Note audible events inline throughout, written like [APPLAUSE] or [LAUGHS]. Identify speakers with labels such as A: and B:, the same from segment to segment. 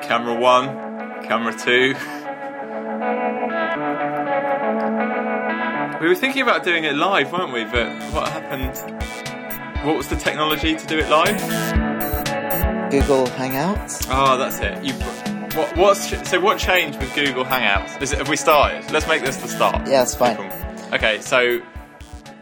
A: Camera one, camera two. We were thinking about doing it live, weren't we? But what happened? What was the technology to do it live?
B: Google Hangouts.
A: Oh, that's it. You, what, what's ch- so? What changed with Google Hangouts? Is it, have we started? Let's make this the start.
B: Yeah, that's fine.
A: Okay, so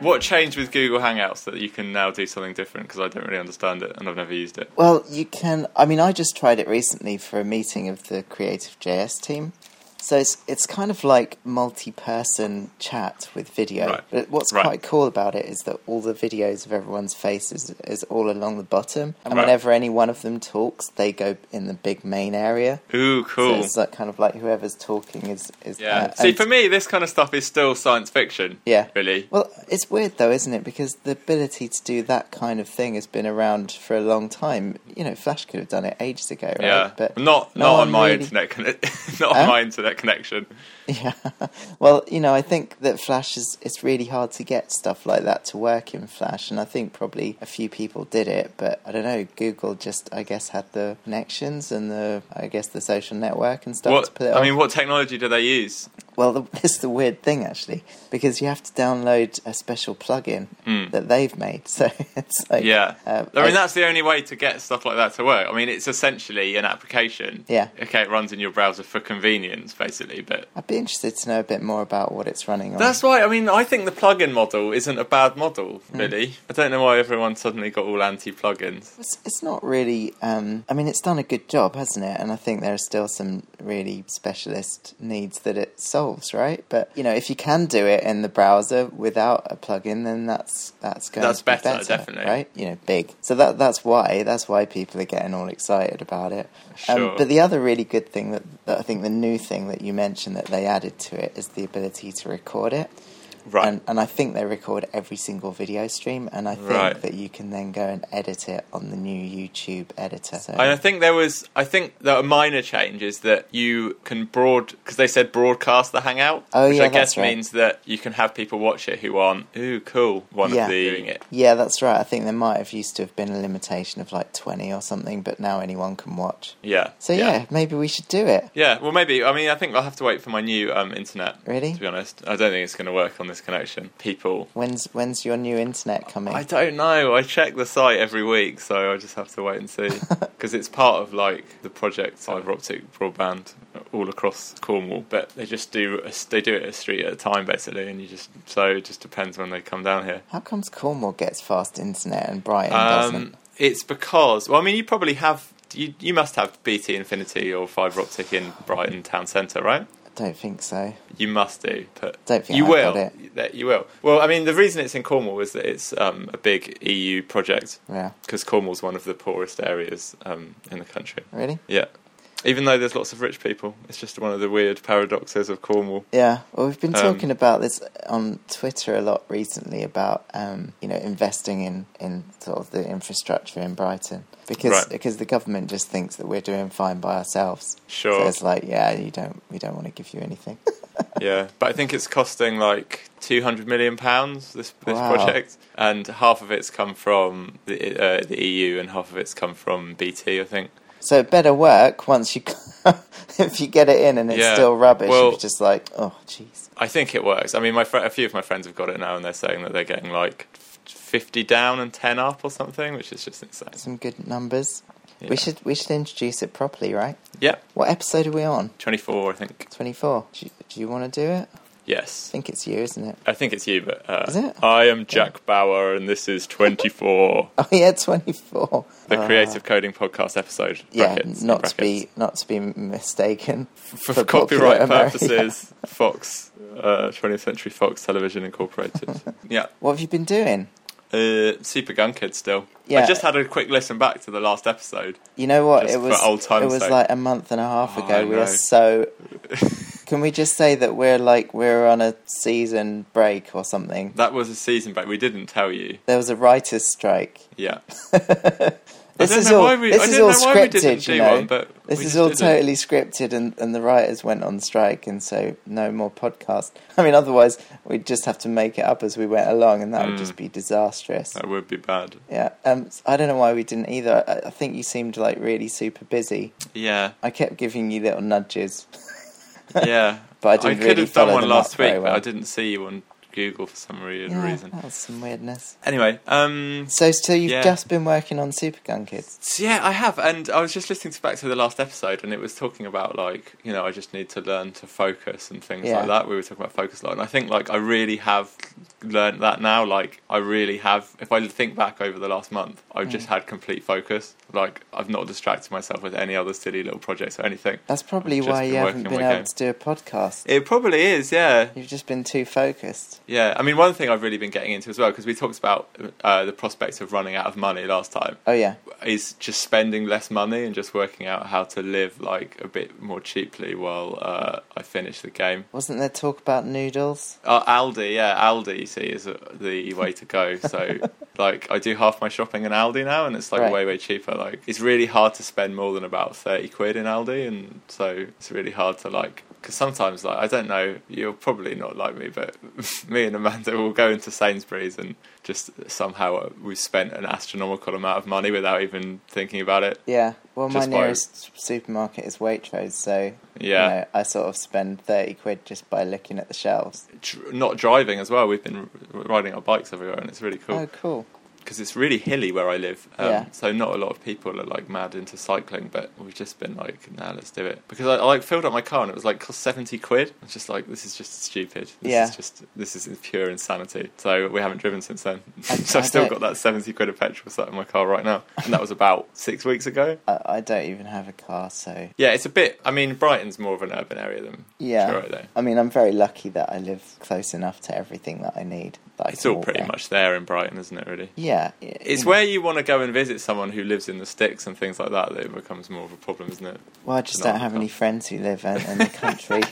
A: what changed with Google Hangouts that you can now do something different? Because I don't really understand it and I've never used it.
B: Well, you can. I mean, I just tried it recently for a meeting of the Creative JS team. So it's it's kind of like multi-person chat with video.
A: Right.
B: But what's
A: Right.
B: quite cool about it is that all the videos of everyone's faces is, all along the bottom, and
A: Right.
B: whenever any one of them talks, they go in the big main area.
A: Ooh,
B: So
A: cool.
B: it's like kind of like whoever's talking is is uh,
A: yeah.
B: there.
A: See,
B: And-
A: for me, this kind of stuff is still science fiction.
B: Yeah.
A: Really.
B: Well, it's weird though, isn't it? Because the ability to do that kind of thing has been around for a long time. You know, Flash could have done it ages ago, right?
A: Yeah,
B: But
A: not
B: no
A: not
B: one
A: on my
B: really-
A: internet conne- [LAUGHS] not
B: Huh?
A: on my internet connection.
B: Yeah. [LAUGHS] well, you know, I think that Flash is it's really hard to get stuff like that to work in Flash, and I think probably a few people did it, but I don't know. Google just, I guess, had the connections and the, I guess, the social network and stuff to
A: What
B: put it
A: I
B: on.
A: mean, what technology do they use?
B: Well, the, [LAUGHS] this is the weird thing actually, because you have to download a special plugin that they've made. So [LAUGHS] it's like,
A: Hmm. Yeah,
B: um,
A: I mean
B: it's-
A: that's the only way to get stuff like that to work. I mean, it's essentially an application.
B: Yeah.
A: Okay, it runs in your browser for convenience, basically. But
B: I'd be interested to know a bit more about what it's running on.
A: that's why I mean I think the plugin model isn't a bad model,
B: Mm.
A: really. I don't know why everyone suddenly got all anti-plugins.
B: It's, it's not really. Um, I mean, it's done a good job, hasn't it? And I think there are still some really specialist needs that it solves, right? But you know, if you can do it in the browser without a plugin, then that's that's going
A: That's
B: to be
A: better,
B: better,
A: definitely.
B: right? You know, big. So that that's why that's why people are getting all excited about it. Um,
A: Sure.
B: but the other really good thing that, that I think the new thing that you mentioned that they added to it is the ability to record it.
A: Right.
B: And, and I think they record every single video stream, and I think
A: Right.
B: that you can then go and edit it on the new YouTube editor. So,
A: And I think there was, I think that a minor change is that you can broad, because they said broadcast the hangout,
B: Oh,
A: which
B: yeah,
A: I guess
B: that's right.
A: means that you can have people watch it who aren't, ooh, cool, one
B: Yeah.
A: of the doing it.
B: yeah, that's right. I think there might have used to have been a limitation of like 20 or something, but now anyone can watch.
A: Yeah.
B: So, yeah, maybe we should do it.
A: Yeah, well, maybe. I mean, I think I'll have to wait for my new um, internet.
B: Really?
A: To be honest, I don't think it's going to work on this connection. People.
B: When's when's your new internet coming?
A: I don't know. I check the site every week, so I just have to wait and
B: [LAUGHS]
A: see. Because it's part of like the project fibre optic broadband all across Cornwall, but they just do a, they do it a street at a time basically, and you just so it just depends when they come down here.
B: How comes Cornwall gets fast internet and Brighton
A: Um,
B: doesn't?
A: it's because well, I mean, you probably have you you must have BT Infinity or fibre optic in Brighton town centre, right?
B: I don't think so.
A: You must do, but
B: Don't think
A: you
B: I've
A: will.
B: got
A: That you will. Well, I mean, the reason it's in Cornwall is that it's um, a big EU project
B: Yeah.
A: because Cornwall's one of the poorest areas um, in the country.
B: Really?
A: Yeah, even though there's lots of rich people, it's just one of the weird paradoxes of Cornwall.
B: Yeah, well, we've been
A: Um,
B: talking about this on Twitter a lot recently about um, you know investing in, in sort of the infrastructure in Brighton because
A: Right.
B: because the government just thinks that we're doing fine by ourselves.
A: Sure.
B: so it's like yeah, you don't we don't want to give you anything. [LAUGHS]
A: yeah, but I think it's costing like two hundred million pounds this this
B: Wow.
A: project, and half of it's come from the uh, the EU and half of it's come from BT, I think.
B: so it better work once you [LAUGHS] if you get it in and it's
A: Yeah,
B: still rubbish.
A: well-
B: it's just like oh jeez.
A: I think it works. I mean, my fr- a few of my friends have got it now, and they're saying that they're getting like f- fifty down and ten up or something, which is just insane.
B: Some good numbers.
A: Yeah.
B: We should we should introduce it properly, right?
A: Yeah,
B: What episode are we on?
A: twenty four, I think.
B: Twenty four. Do, you- do you want to do it? I
A: Yes,
B: think it's you, isn't it?
A: I think it's you, but uh,
B: Is it?
A: I am Jack Bauer, and this is twenty four,
B: [LAUGHS] Oh yeah, twenty four.
A: the Creative Coding Podcast episode.
B: Ah. yeah,
A: brackets,
B: not to
A: brackets.
B: be not to be mistaken
A: for,
B: popular
A: copyright
B: America.
A: purposes. Fox, uh, twentieth century Fox Television Incorporated.
B: [LAUGHS]
A: yeah,
B: What have you been doing?
A: uh, super gunkhead still. I
B: Yeah.
A: just had a quick listen back to the last episode.
B: You know what?
A: Just
B: it
A: for
B: was
A: old time's
B: it was
A: sake.
B: like a month and a half
A: Oh,
B: ago.
A: I
B: we
A: know. [LAUGHS]
B: are so. Can we just say that we're like we're on a season break or something?
A: That was a season back. We didn't tell you.
B: [LAUGHS] There was a writers' strike.
A: Yeah.
B: This
A: don't
B: is
A: know
B: all
A: why we- I
B: this is
A: don't
B: all
A: know why we didn't
B: scripted,
A: do
B: you know.
A: one, but
B: this
A: we
B: is
A: just
B: all
A: didn't.
B: totally scripted, and, and the writers went on strike, and so no more podcast. I mean, otherwise we'd just have to make it up as we went along, and that would just be disastrous.
A: Hmm. That would be bad.
B: Yeah, um, I don't know why we didn't either. I, I think you seemed like really super busy. [LAUGHS]
A: Yeah,
B: I kept giving you little nudges.
A: yeah.
B: But I didn't
A: could
B: really
A: have done
B: follow
A: one
B: them
A: last
B: up very
A: week, but
B: well.
A: I didn't see you on Google for some re-
B: Yeah,
A: reason.
B: that was some weirdness.
A: Anyway, um,
B: So, so you've
A: Yeah.
B: just been working on Supergun Kids.
A: So yeah, I have, and I was just listening to back to the last episode, and it was talking about like you know I just need to learn to focus and things
B: Yeah.
A: like that. We were talking about focus a lot, and I think like I really have learned that now. Like I really have. If I think back over the last month, I've just
B: Mm.
A: had complete focus. Like I've not distracted myself with any other silly little projects or anything.
B: That's probably
A: just
B: why
A: been
B: you haven't
A: working on
B: been
A: my
B: able
A: game.
B: to do a podcast.
A: It probably is, yeah.
B: You've just been too focused.
A: Yeah, I mean, one thing I've really been getting into as well, because we talked about uh, the prospect of running out of money last time,
B: Oh yeah,
A: is just spending less money and just working out how to live like a bit more cheaply while uh, I finish the game.
B: wasn't there talk about noodles?
A: Uh, Aldi, yeah, Aldi, you see, is uh, the way to go. So, like, I do half my shopping in Aldi now, and it's like
B: Right.
A: way, way cheaper. Like, it's really hard to spend more than about 30 quid in Aldi, and so it's really hard to, like, because sometimes, like, I don't know, you're probably not like me, but [LAUGHS] me and Amanda will go into Sainsbury's and just somehow uh, we've spent an astronomical amount of money without even thinking about it.
B: Yeah. Well, my
A: Just by-
B: nearest supermarket is Waitrose, so
A: Yeah.
B: you know, I sort of spend thirty quid just by looking at the shelves.
A: Dr- not driving as well, we've been r- riding our bikes everywhere, and it's really cool.
B: Oh, cool.
A: because it's really hilly where I live. Um,
B: Yeah.
A: So not a lot of people are like mad into cycling, but we've just been like, nah, let's do it. Because I, I like filled up my car and it was like cost seventy quid. I was just like, this is just stupid. This
B: Yeah.
A: is just this is pure insanity. So we haven't driven since then.
B: [LAUGHS]
A: [LAUGHS]
B: I-
A: so I've
B: I
A: still
B: don't-
A: got that seventy quid of petrol sat in my car right now, and that was about six weeks ago.
B: I, I don't even have a car, so
A: Yeah, it's a bit. I mean, Brighton's more of an urban area than
B: yeah.
A: Truro, though.
B: I mean, I'm very lucky that I live close enough to everything that I need. That I
A: It's
B: can
A: all
B: walk
A: pretty
B: there.
A: much there in Brighton, isn't it? Really.
B: Yeah. y-
A: It's
B: you know.
A: where you want to go and visit someone who lives in the sticks and things like that that it becomes more of a problem, isn't it?
B: Well, I just
A: No,
B: don't have
A: I
B: any
A: can't.
B: friends who live in, in the
A: [LAUGHS]
B: country.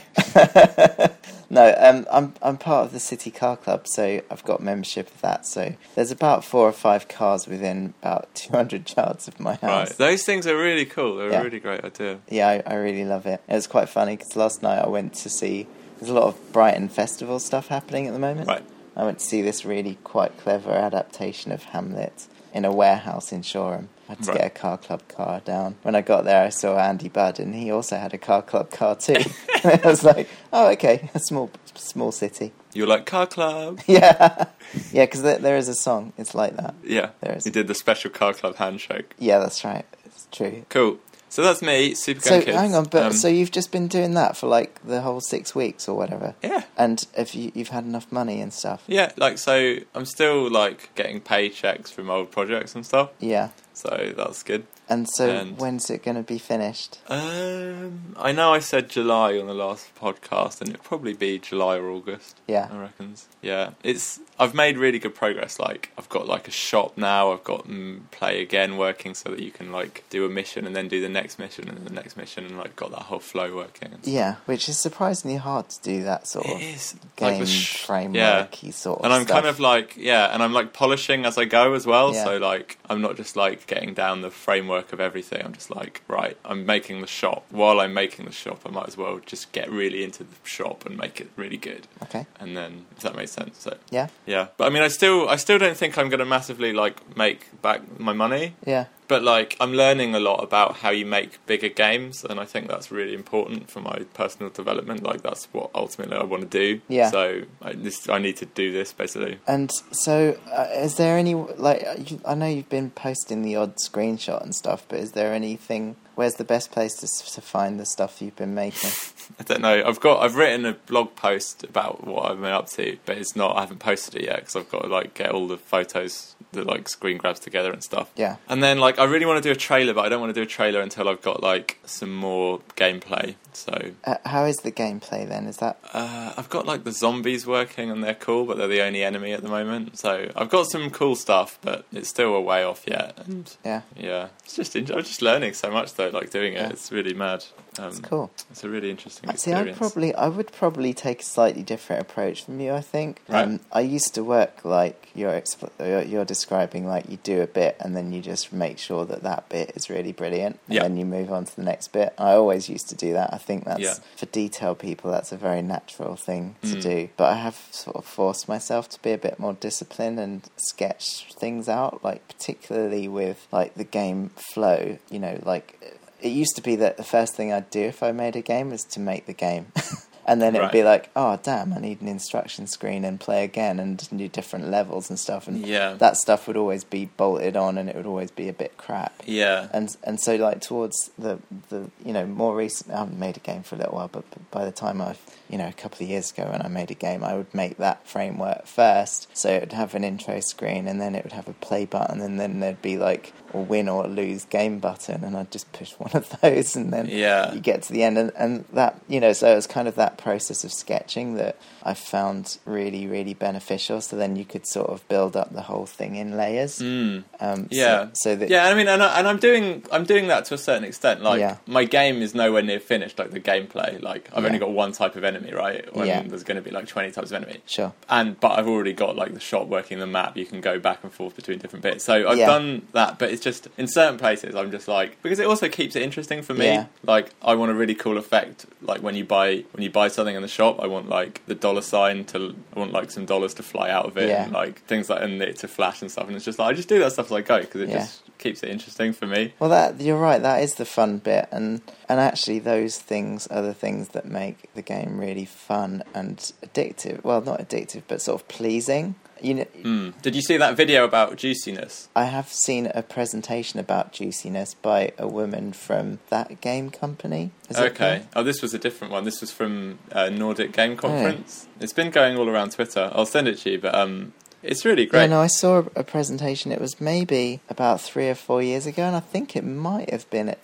B: [LAUGHS] no, um, I'm I'm part of the city car club, so I've got membership of that. So there's about four or five cars within about 200 yards of my
A: Right.
B: house.
A: Those things are really cool. They're
B: Yeah.
A: a really great idea.
B: Yeah, I, I really love it. It was quite funny because last night I went to see. There's a lot of Brighton festival stuff happening at the moment.
A: Right.
B: I went to see this really quite clever adaptation of Hamlet in a warehouse in Shoreham. I had to
A: Right.
B: get a car club car down. When I got there, I saw Andy Budd, and he also had a car club car too.
A: [LAUGHS]
B: [LAUGHS] I was like, oh, okay, a small, small city. [LAUGHS]
A: You're like car club.
B: Yeah, yeah, because there, there is a song. It's like that.
A: Yeah.
B: There is-
A: You did the special car club handshake.
B: Yeah, that's right. It's true.
A: Cool. So that's me, Super
B: So
A: Gun Kids.
B: hang on, but
A: Um,
B: so you've just been doing that for like the whole six weeks or whatever.
A: yeah.
B: And if you, you've had enough money and stuff.
A: Yeah, like so I'm still like getting paychecks from old projects and stuff.
B: Yeah.
A: So that's good.
B: And so
A: And-
B: when's it going to be finished?
A: Um I know I said July on the last podcast and it'd probably be July or August. I
B: Yeah.
A: reckon. Yeah, it's. I've made really good progress. Like I've got like a shop now. I've got mm, play again working so that you can like do a mission and then do the next mission and the next mission and like got that whole flow working. And
B: Yeah, which is surprisingly hard to do that sort
A: It
B: of
A: is
B: game
A: Eh, the sh- yeah.
B: framework sort of
A: And I'm kind
B: stuff.
A: of like yeah, and I'm like polishing as I go as well.
B: Yeah.
A: So like I'm not just like getting down the framework of everything. I'm just like right, I'm making the shop. While I'm making the shop, I might as well just get really into the shop and make it really good.
B: Okay.
A: And then if that makes sense. So
B: Yeah.
A: Yeah, but I mean, I still, I still don't think I'm going to massively like make back my money.
B: Yeah.
A: But like, I'm learning a lot about how you make bigger games, and I think that's really important for my personal development. Like, that's what ultimately I want to do.
B: Yeah.
A: So I, this, I need to do this basically.
B: And so, uh, is there any like uh, you, I know you've been posting the odd screenshot and stuff, but is there anything? Where's the best place to s- to find the stuff you've been
A: [LAUGHS]
B: making?
A: I don't know. I've got, I've written a blog post about what I've been up to, but it's not. I haven't posted it yet because I've got to like get all the photos, the like screen grabs together and stuff.
B: Yeah.
A: And then like I really want to do a trailer, but I don't want to do a trailer until I've got like some more gameplay. So
B: Uh, how is the gameplay then? Is that
A: uh, I've got like the zombies working and they're cool, but they're the only enemy at the moment. So I've got some cool stuff, but it's still a way off yet. And
B: yeah?
A: yeah, it's just in- I'm just learning so much though, like doing it.
B: Yeah.
A: It's really mad. Um,
B: It's cool.
A: It's a really interesting
B: See, I
A: experience.
B: probably I would probably take a slightly different approach from you. I think.
A: Right.
B: I used to work like you're expl- you're, you're describing like you do a bit and then you just make sure that that bit is really brilliant and
A: Yeah.
B: then you move on to the next bit. I always used to do that. I think that's
A: Yeah.
B: for detail people that's a very natural thing to
A: Mm.
B: do. But I have sort of forced myself to be a bit more disciplined and sketch things out like particularly with like the game flow, you know, like it used to be that the first thing I'd do if I made a game is to make the game. [LAUGHS] and then it'd
A: Right.
B: be like, oh damn, I need an instruction screen and play again and do different levels and stuff. And
A: Yeah.
B: that stuff would always be bolted on and it would always be a bit crap.
A: Yeah.
B: And and so like towards the the you know more recent, I haven't made a game for a little while, but, but by the time I've you know a couple of years ago when I made a game, I would make that framework first, so it would have an intro screen, and then it would have a play button, and then there'd be like a win or lose game button, and I'd just push one [LAUGHS] of those, and then
A: Yeah.
B: you get to the end, and and that you know so it was kind of that process of sketching that I found really really beneficial. So then you could sort of build up the whole thing in layers. Um, so-
A: Mm. Yeah.
B: So, that
A: Hmm. yeah, I mean, and, I, and I'm doing I'm doing that to a certain extent. Like
B: Yeah.
A: my game is nowhere near finished. Like the gameplay, like I've
B: Yeah.
A: only got one type of enemy, right? When
B: Yeah.
A: there's going to be like 20 types of enemy.
B: sure.
A: And but I've already got like the shot working the map. You can go back and forth between different bits. So I've
B: Yeah.
A: done that, but it's just in certain places I'm just like because it also keeps it interesting for me.
B: Yeah.
A: Like I want a really cool effect. Like when you buy when you buy something in the shop, I want like the dollar sign to I want like some dollars to fly out of it
B: Yeah.
A: and like things like and it to flash and stuff. And it's just like I just do that stuff as I go because it
B: Yeah.
A: just keeps it interesting for me.
B: Well, that you're right. That is the fun bit, and and actually, those things are the things that make the game really fun and addictive. Well, not addictive, but sort of pleasing. You know,
A: Mm. Did you see that video about juiciness?
B: I have seen a presentation about juiciness by a woman from that game company. Is it
A: okay.
B: called?
A: Oh, this was a different one. This was from uh, Nordic
B: Oh.
A: Game Conference. It's been going all around Twitter. I'll send it to you, but um, it's really
B: Yeah,
A: great.
B: no, I saw a- a presentation. It was maybe about three or four years ago, and I think it might have been at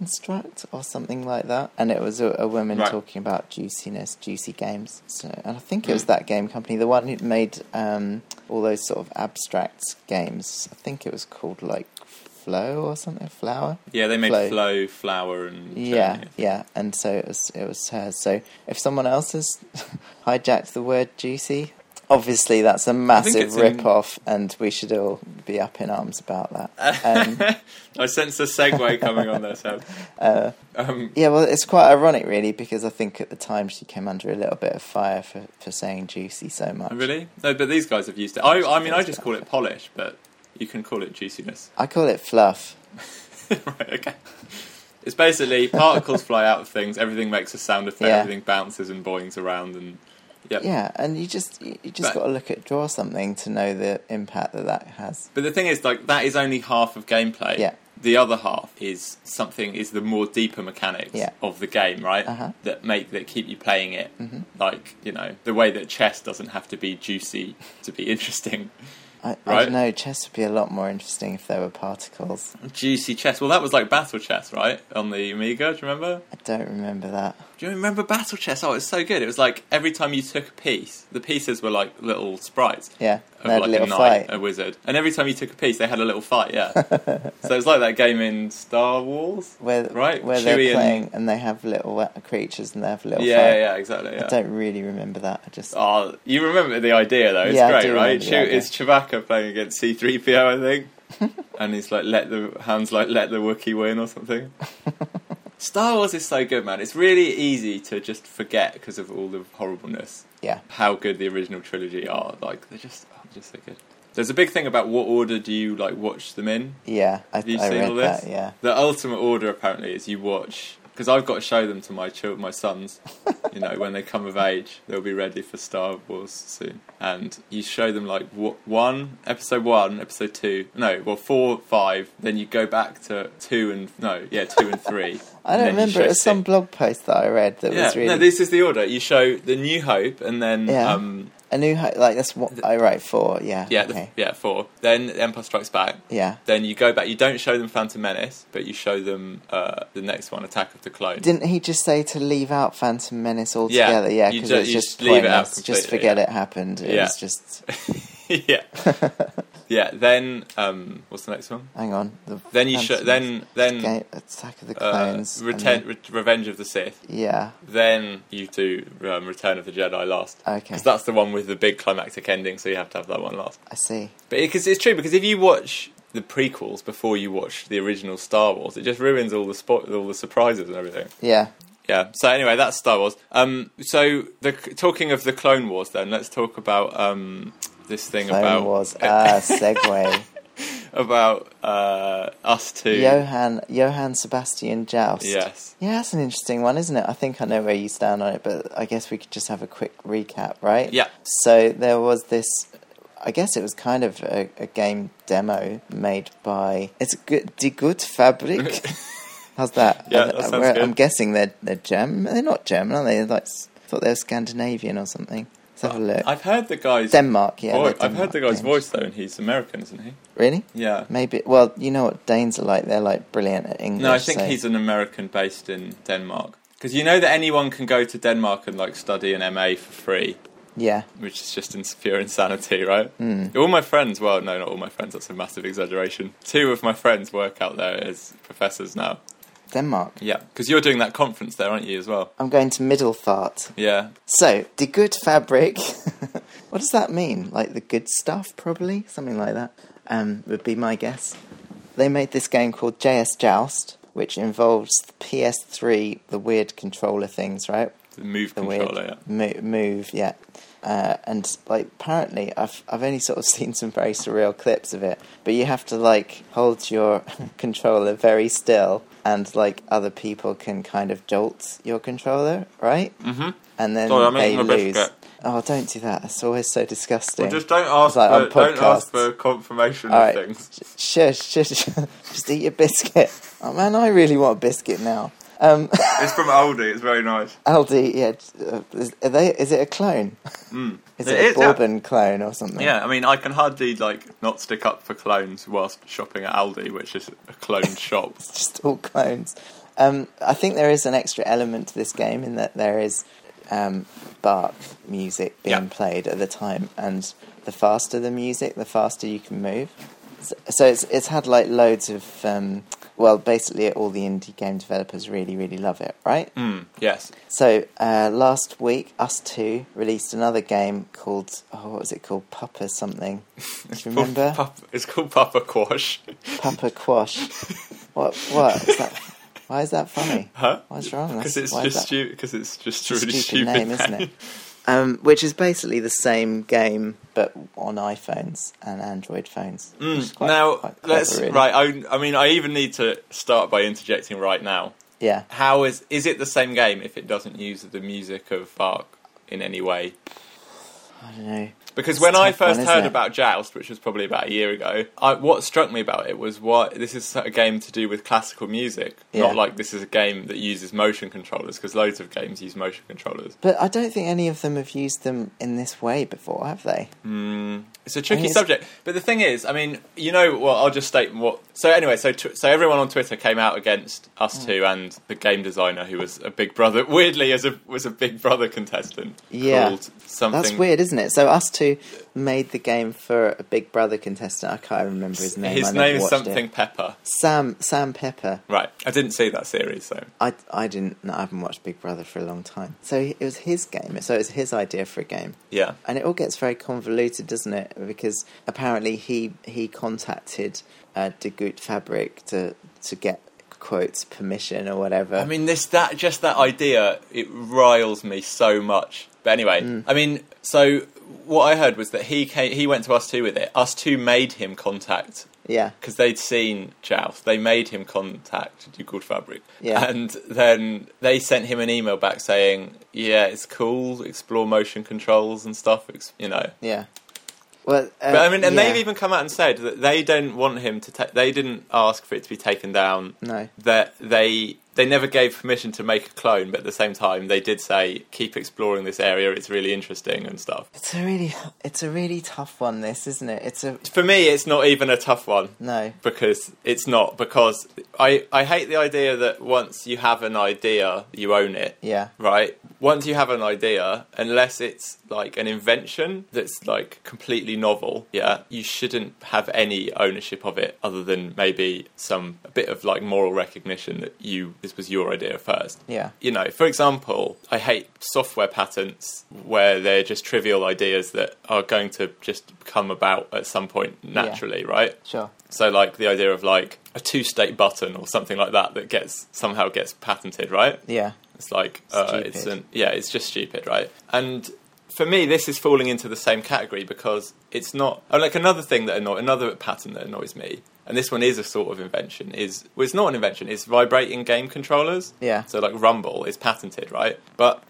B: Deconstruct or something like that. And it was a, a woman
A: Right.
B: talking about juiciness, juicy games. So, and I think it
A: Hmm.
B: was that game company, the one who made um, all those sort of abstract games. I think it was called like Flow or something, Flower.
A: yeah, they made
B: Flow.
A: flow, flower, and
B: Yeah, yeah, and so it was it was hers. So if someone else has [LAUGHS] hijacked the word juicy, obviously that's a massive
A: it's in-
B: rip off, and we should all be up in arms about
A: [LAUGHS]
B: that. Um, Uh,
A: I sense a segue coming on there,
B: [LAUGHS]
A: Seb. um,
B: yeah, well, it's quite ironic, really, because I think at the time she came under a little bit of fire for, for saying juicy so much.
A: really? No, but these guys have used it. I, I mean, I just call it polish, but you can call it juiciness. [LAUGHS]
B: I call it fluff.
A: right, okay. It's basically particles fly out of things. Everything makes a sound effect.
B: Yeah.
A: Everything bounces and boings around, and yeah.
B: Yeah, and you just you you just
A: But-
B: got to look at draw something to know the impact that that has.
A: But the thing is, like, that is only half of gameplay.
B: Yeah.
A: The other half is something is the more deeper mechanics
B: Yeah.
A: of the game, right?
B: Uh-huh.
A: That make that keep you playing it.
B: Mm-hmm.
A: Like you know the way that chess doesn't have to be juicy to be [LAUGHS] interesting.
B: I, I
A: Right.
B: don't know. Chess would be a lot more interesting if there were particles.
A: Juicy chess. Well, that was like battle chess, right? On the Amiga, do you remember?
B: I don't remember that.
A: Do you remember battle chess? Oh, it was so good. It was like every time you took a piece, the pieces were like little sprites.
B: Yeah,
A: of
B: they had
A: like
B: a little
A: a knight,
B: fight.
A: a wizard, and every time you took a piece, they had a little fight.
B: [LAUGHS]
A: Yeah, so it's like that game in Star Wars.
B: where
A: Right,
B: where they're
A: Chewie and-
B: playing and... they have little wa- creatures and they have little
A: yeah,
B: fight.
A: yeah, exactly.
B: I
A: Yeah.
B: don't really remember that. I just
A: Oh, you remember the idea though? It's
B: Yeah, I
A: great,
B: do
A: right?
B: remember the
A: Chew-
B: idea.
A: it's Chewbacca playing against C-3PO, I think,
B: [LAUGHS]
A: and he's like, "Let the hands like let the Wookiee win" or
B: [LAUGHS]
A: something. Star Wars is so good, man. It's really easy to just forget because of all the horribleness.
B: yeah.
A: How good the original trilogy are. Like they're just, oh, just so good. There's a big thing about what order do you like watch them in.
B: Yeah, I,
A: Have you
B: I
A: seen
B: read
A: all this?
B: that. Yeah,
A: The ultimate order apparently is you watch because I've got to show them to my children, my sons. you know, when they come of age, they'll be ready for Star Wars soon. And you show them like w- one episode one, episode two, no, well four, five. Then you go back to two and no, yeah, two and three.
B: [LAUGHS] I don't
A: and then you
B: remember.
A: show
B: It was some
A: six.
B: blog post that I read that
A: Yeah,
B: was really
A: no, this is the order. You show the New Hope, and then
B: Yeah.
A: um,
B: a new ho- like that's what I write for. Yeah,
A: yeah, the-
B: okay.
A: yeah, four. Then Empire Strikes Back.
B: yeah.
A: Then you go back. You don't show them Phantom Menace, but you show them uh, the next one, Attack of the Clones.
B: Didn't he just say to leave out Phantom Menace altogether? Yeah,
A: you
B: because
A: ju-
B: it's
A: you
B: just
A: just leave it out
B: pointless. Just
A: completely,
B: forget
A: yeah.
B: [LAUGHS] it happened. It
A: [LAUGHS] Yeah.
B: was just
A: yeah. yeah. Then um, what's the next one?
B: Hang on. The
A: [LAUGHS] Then you show.
B: Phantom-
A: Then then
B: Ga- Attack of the
A: uh,
B: Clones. and
A: Reten- Re- Revenge of the Sith.
B: then- yeah.
A: Then you do um, Return of the Jedi last.
B: Okay.
A: Because that's the one with the big climactic ending, so you have to have that one last.
B: I see.
A: But because it's true, because if you watch the prequels before you watch the original Star Wars, it just ruins all the spot, all the surprises and everything.
B: Yeah.
A: Yeah. So anyway, that's Star Wars. Um. So the talking of the Clone Wars, then let's talk about um this thing
B: Clone
A: about [LAUGHS]
B: Wars. Ah, segue.
A: about uh us two.
B: Johann Johann Sebastian Joust.
A: Yes.
B: Yeah, that's an interesting one, isn't it? I think I know where you stand on it, but I guess we could just have a quick recap, right?
A: Yeah.
B: So there was this. I guess it was kind of a, a game demo made by it's good Die Gut
A: [LAUGHS]
B: Fabrik. How's that?
A: Yeah,
B: I-
A: that
B: I-
A: sounds
B: where-
A: good.
B: I'm guessing they're they're German. They're not German, are they? They're Like s- thought they were Scandinavian or something. Let's have a look.
A: I've heard the guy's
B: Denmark, yeah.
A: voice.
B: they're
A: Uh, I've heard the
B: Denmark,
A: guy's
B: Danish.
A: voice though, and he's American, isn't he?
B: Really?
A: Yeah.
B: Maybe. Well, you know what Danes are like. They're like brilliant at English.
A: No, I think
B: so-
A: he's an American based in Denmark. Because you know that anyone can go to Denmark and like study an MA for free,
B: Yeah.
A: which is just ins- pure insanity, right?
B: Hmm.
A: Mm. All my friends, well, no, not all my friends. That's a massive exaggeration. Two of my friends work out there as professors now.
B: Denmark.
A: Yeah, because you're doing that conference there, aren't you, as well?
B: I'm going to Middlefart.
A: Yeah,
B: So, the good fabric. [LAUGHS] what does that mean? Like the good stuff, probably? Something like that, um, would be my guess. They made this game called JS Joust, which involves the PS3, the weird controller things, right?
A: the move
B: the
A: controller.
B: weird mo- move, yeah. Uh, and like apparently, I've I've only sort of [LAUGHS] seen some very surreal clips of it. But you have to like hold your [LAUGHS] controller very still, and like other people can kind of jolt your controller, right?
A: Yeah. Mm-hmm.
B: And then
A: Sorry, I'm
B: they
A: eating my
B: lose.
A: biscuit.
B: Oh, don't do that. It's always so disgusting.
A: Well, just don't ask.
B: It's like on
A: for, don't ask
B: podcasts.
A: for confirmation
B: All
A: of
B: right,
A: things.
B: sh- shush, shush, shush. [LAUGHS] just eat your biscuit. Oh man, I really want a biscuit now. Um, [LAUGHS]
A: It's from Aldi. It's very nice.
B: Aldi, yeah, uh, is, are they, is it a clone? [LAUGHS] Is it,
A: Mm. It
B: a
A: is, yeah.
B: Bourbon clone or something?
A: Yeah, I mean, I can hardly like not stick up for clones whilst shopping at Aldi, which is a clone [LAUGHS] shop.
B: It's [LAUGHS] just all clones. Um, I think there is an extra element to this game in that there is um, bark music being
A: Yeah.
B: played at the time, and the faster the music, the faster you can move. So, so it's it's had like loads of um, well, basically all the indie game developers really really love it, right?
A: Mm, yes,
B: So uh, last week, us two released another game called oh, what was it called? Papa something.
A: [LAUGHS]
B: Do you remember?
A: Papa, it's called Papa Quash.
B: Papa Quash. what? What is that? Why is that funny?
A: Huh? [LAUGHS]
B: What's wrong?
A: Because
B: That's-
A: it's
B: why is
A: just
B: that-
A: stupid. Because it's just
B: it's a
A: really
B: stupid,
A: stupid,
B: name, isn't
A: [LAUGHS]
B: it? Um, which is basically the same game, but on iPhones and Android phones. which is
A: Mm,
B: quite-
A: now
B: quite clever,
A: let's
B: really.
A: right. I, I mean, I even need to start by interjecting right now.
B: Yeah,
A: How is is it the same game if it doesn't use the music of Bark in any way?
B: I don't know.
A: Because
B: It's
A: when
B: a
A: I
B: tough one,
A: first
B: isn't
A: heard
B: it?
A: about Joust, which was probably about a year ago, I, what struck me about it was what this is a game to do with classical music,
B: Yeah.
A: not like this is a game that uses motion controllers. Because loads of games use motion controllers.
B: But I don't think any of them have used them in this way before, have they?
A: It's a tricky
B: it's-
A: subject, but the thing is, I mean, you know, well, I'll just state what. So anyway, so tw- so everyone on Twitter came out against
B: Mm.
A: us two and the game designer who was a Big Brother, weirdly, as a was a Big Brother contestant.
B: Yeah.
A: called something.
B: That's weird, isn't it? So us two made the game for a Big Brother contestant. I can't remember his name. I
A: His
B: never
A: name is
B: watched it.
A: something Pepper.
B: Sam Sam Pepper.
A: Right, I didn't see that series, so
B: I, I didn't no, I haven't watched Big Brother for a long time. So it was his game. So it was his idea for a game.
A: yeah.
B: And it all gets very convoluted, doesn't it? Because apparently he he contacted uh, De Groot Fabric to to get quotes permission or whatever.
A: I mean, this that just that idea it riles me so much. But anyway,
B: Hmm.
A: I mean, so what I heard was that he came, he went to us two with it. Us two made him contact
B: yeah,
A: because they'd seen Joust. They made him contact you called Fabric,
B: Yeah.
A: and then they sent him an email back saying, "Yeah, it's cool. Explore motion controls and stuff. ex- You know."
B: yeah. Well, uh,
A: But I mean, and
B: yeah.
A: they've even come out and said that they don't want him to. Ta- they didn't ask for it to be taken down.
B: No.
A: That they they never gave permission to make a clone, but at the same time, they did say keep exploring this area. It's really interesting and stuff.
B: It's a really it's a really tough one. This isn't it? It's a
A: For me, it's not even a tough one.
B: no.
A: because it's not because I, I hate the idea that once you have an idea you own it
B: Yeah.
A: right once you have an idea, unless it's like an invention that's like completely novel, yeah, you shouldn't have any ownership of it other than maybe some a bit of like moral recognition that you this was your idea first.
B: Yeah.
A: You know, for example, I hate software patents where they're just trivial ideas that are going to just come about at some point naturally, right?
B: Sure.
A: So like the idea of like a two-state button or something like that that gets somehow gets patented, right?
B: Yeah.
A: It's like uh,
B: Stupid.
A: it's an yeah, it's just stupid, right? And for me, this is falling into the same category because it's not. Oh, like another thing that annoys another pattern that annoys me, and this one is a sort of invention. Is well, it's not an invention. It's vibrating game controllers.
B: Yeah.
A: So like Rumble is patented, right? But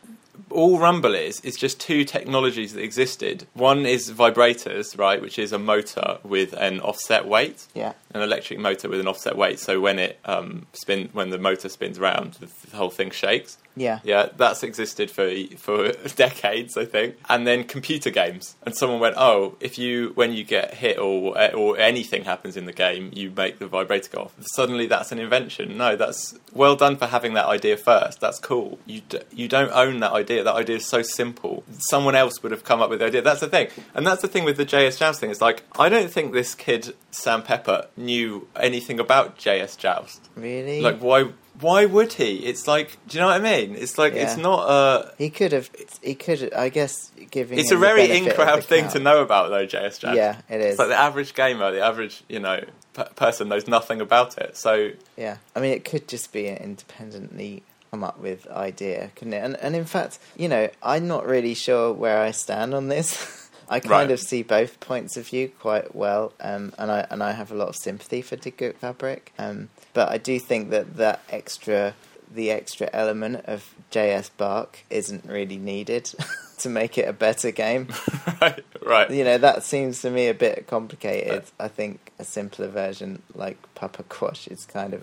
A: all Rumble is is just two technologies that existed. One is vibrators, right, which is a motor with an offset weight
B: Yeah.
A: an electric motor with an offset weight, so when it um, spin, when the motor spins round, the, the whole thing shakes.
B: Yeah.
A: Yeah, that's existed for for [LAUGHS] decades, I think. And then computer games, and someone went, "Oh, if you when you get hit or or anything happens in the game, you make the vibrator go off." Suddenly, that's an invention. No, that's well done for having that idea first. That's cool. You d- you don't own that idea. That idea is so simple. Someone else would have come up with the idea. That's the thing, and that's the thing with the JS Joust thing. It's like I don't think this kid Sam Pepper knew anything about JS Joust.
B: Really?
A: Like why? Why would he? It's like, do you know what I mean? It's like
B: Yeah.
A: it's not a.
B: he could have. He could. I guess giving.
A: It's a
B: him the
A: very
B: benefit
A: in
B: of
A: crowd
B: the
A: thing
B: doubt.
A: to know about though, JS Joust.
B: Yeah, it is.
A: It's like the average gamer, the average you know p- person knows nothing about it. So [LAUGHS]
B: Yeah, I mean, it could just be an independently come up with idea, couldn't it? And and in fact, you know, I'm not really sure where I stand on this. [LAUGHS] I kind
A: Right.
B: of see both points of view quite well, um, and I and I have a lot of sympathy for Digut Fabric, um, but I do think that that extra the extra element of JS Bark isn't really needed [LAUGHS] to make it a better game.
A: right, right.
B: You know, that seems to me a bit complicated.
A: Uh,
B: I think a simpler version like Papa Quash is
A: [LAUGHS]
B: kind of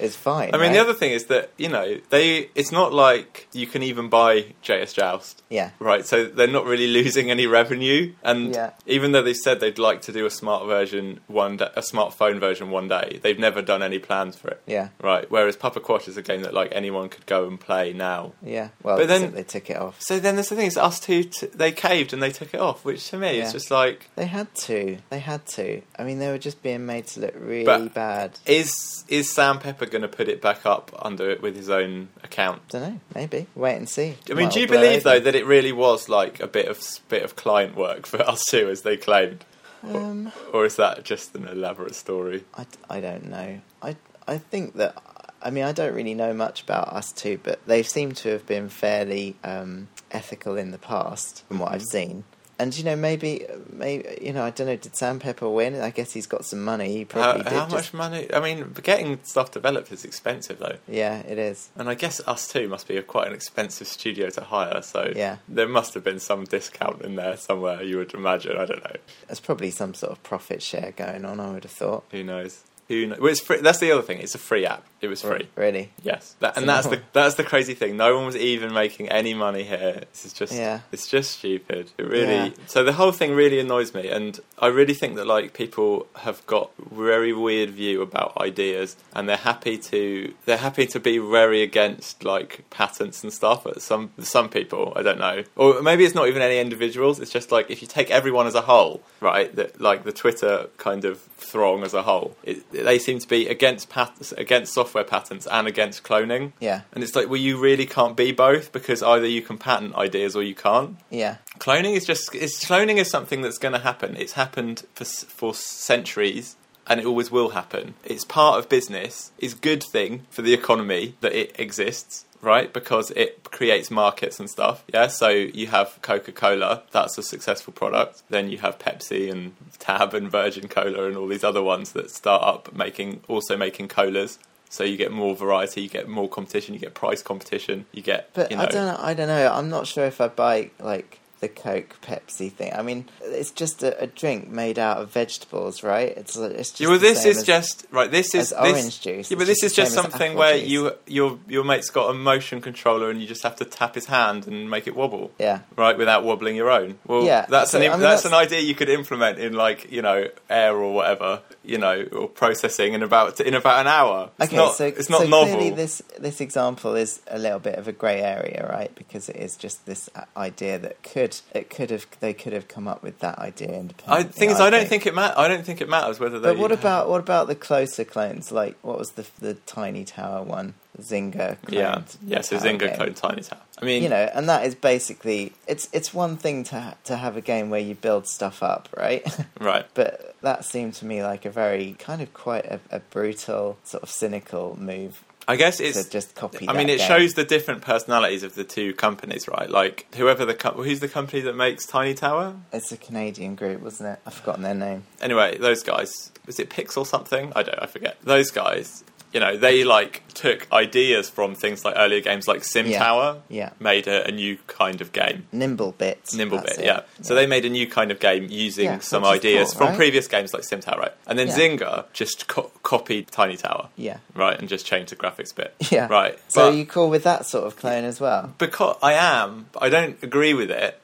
B: is fine.
A: I mean,
B: right?
A: the other thing is that you know they. It's not like you can even buy JS Joust.
B: Yeah.
A: Right, so they're not really [LAUGHS] losing any revenue, and
B: Yeah.
A: even though they've said they'd like to do a smart version one day, a smartphone version one day, they've never done any plans for it.
B: Yeah.
A: Right, whereas Papa Quash is a game that like anyone could go and play now.
B: Yeah. Well,
A: But then-
B: except they took it off.
A: So then that's the thing is us two t- they caved and they took it off, which to me
B: Yeah.
A: is just like
B: They had to. They had to. I mean, they were just being made to look really
A: But-
B: bad.
A: is is Sam Pepper going to put it back up under it with his own account?
B: Don't know. Maybe wait and see.
A: I mean,
B: Might
A: do you
B: all blow
A: believe though
B: over.
A: that it really was like a bit of bit of client work for [LAUGHS] us two, as they claimed,
B: Um,
A: or is that just an elaborate story?
B: I, I don't know. I I think that I mean I don't really know much about us two, but they seem to have been fairly um, ethical in the past from what I've
A: Mm-hmm.
B: seen. And you know maybe maybe you know I don't know. Did Sam Pepper win? I guess he's got some money. He
A: How,
B: probably did.
A: how
B: just-
A: much money? I mean, getting stuff developed is expensive though,
B: Yeah, it is.
A: and I guess us two must be a, quite an expensive studio to hire. So
B: Yeah.
A: there must have been some discount in there somewhere. You would imagine. I don't know.
B: There's probably some sort of profit share going on. I would have thought.
A: Who knows? Who knows? Well, it's free. That's the other thing. It's a free app. It was free.
B: Really?
A: Yes, that, and
B: So-
A: that's the that's the crazy thing. No one was even making any money here. This is just
B: Yeah.
A: it's just stupid. It really.
B: Yeah.
A: So the whole thing really annoys me, and I really think that like people have got very weird view about ideas, and they're happy to they're happy to be very against like patents and stuff. But some some people, I don't know, or maybe it's not even any individuals. It's just like if you take everyone as a whole, right? That like the Twitter kind of throng as a whole, it, they seem to be against pat- against software patents and against cloning.
B: Yeah.
A: And it's like, well, you really can't be both because either you can patent ideas or you can't.
B: Yeah.
A: Cloning is just it's cloning is something that's going to happen. It's happened for s- for centuries and it always will happen. It's part of business. It's a good thing for the economy that it exists, right? Because it creates markets and stuff. Yeah, so you have Coca-Cola, that's a successful product. Then you have Pepsi and Tab and Virgin Cola and all these other ones that start up making also making colas. So you get more variety, you get more competition, you get price competition, you get
B: But
A: you know,
B: I don't know. I don't know. I'm not sure if I buy like the Coke Pepsi thing. I mean, it's just a, a drink made out of vegetables, right? It's it's just
A: Yeah, well,
B: the
A: this
B: same
A: is
B: as-
A: just right. This
B: as
A: is this,
B: orange juice.
A: Yeah, but
B: It's
A: this
B: just
A: is
B: the
A: just
B: same as
A: something
B: apple
A: where
B: juice.
A: you your your mate's got a motion controller and you just have to tap his hand and make it wobble.
B: yeah.
A: Right, without wobbling your own. Well,
B: Yeah,
A: that's
B: so,
A: an
B: I mean,
A: that's,
B: that's-
A: an idea you could implement in like you know air or whatever you know or processing in about in about an hour. It's
B: Okay,
A: not,
B: so
A: it's not
B: so
A: novel.
B: clearly this this example is a little bit of a grey area, right? Because it is just this uh, idea that could it could have they could have come up with that idea independently.
A: I thing is, I don't think it ma- I don't think it matters whether they.
B: But what about what about the closer clones? Like what was the the tiny tower one, Zynga? Cloned
A: yeah, yeah. So
B: tower
A: Zynga
B: game.
A: cloned Tiny Town. I mean,
B: You know, and that is basically it's it's one thing to ha- to have a game where you build stuff up, right? [LAUGHS]
A: right?
B: but that seemed to me like a very kind of quite a, a brutal sort of cynical move
A: I guess it's
B: to just copy.
A: I mean,
B: that
A: it
B: game.
A: shows the different personalities of the two companies, right? Like whoever the co- who's the company that makes Tiny Tower.
B: It's a Canadian group, wasn't it? I've forgotten their name.
A: Anyway, those guys was it Pixel something? I don't, I forget. Those guys, you know, they like took ideas from things like earlier games like Sim
B: Yeah.
A: Tower,
B: Yeah.
A: made a, a new kind of game.
B: Nimble Bits. that's
A: Nimblebit,
B: it.
A: yeah. So they made a new kind of game using
B: Yeah,
A: some
B: which is
A: ideas
B: cool,
A: from
B: right?
A: previous games like Sim Tower, right? And then
B: Yeah.
A: Zynga just co- copied Tiny Tower,
B: Yeah. [LAUGHS]
A: right, and just changed the graphics bit,
B: Yeah.
A: right.
B: So
A: But-
B: you call with that sort of clone as well?
A: because I am, but I don't agree with it.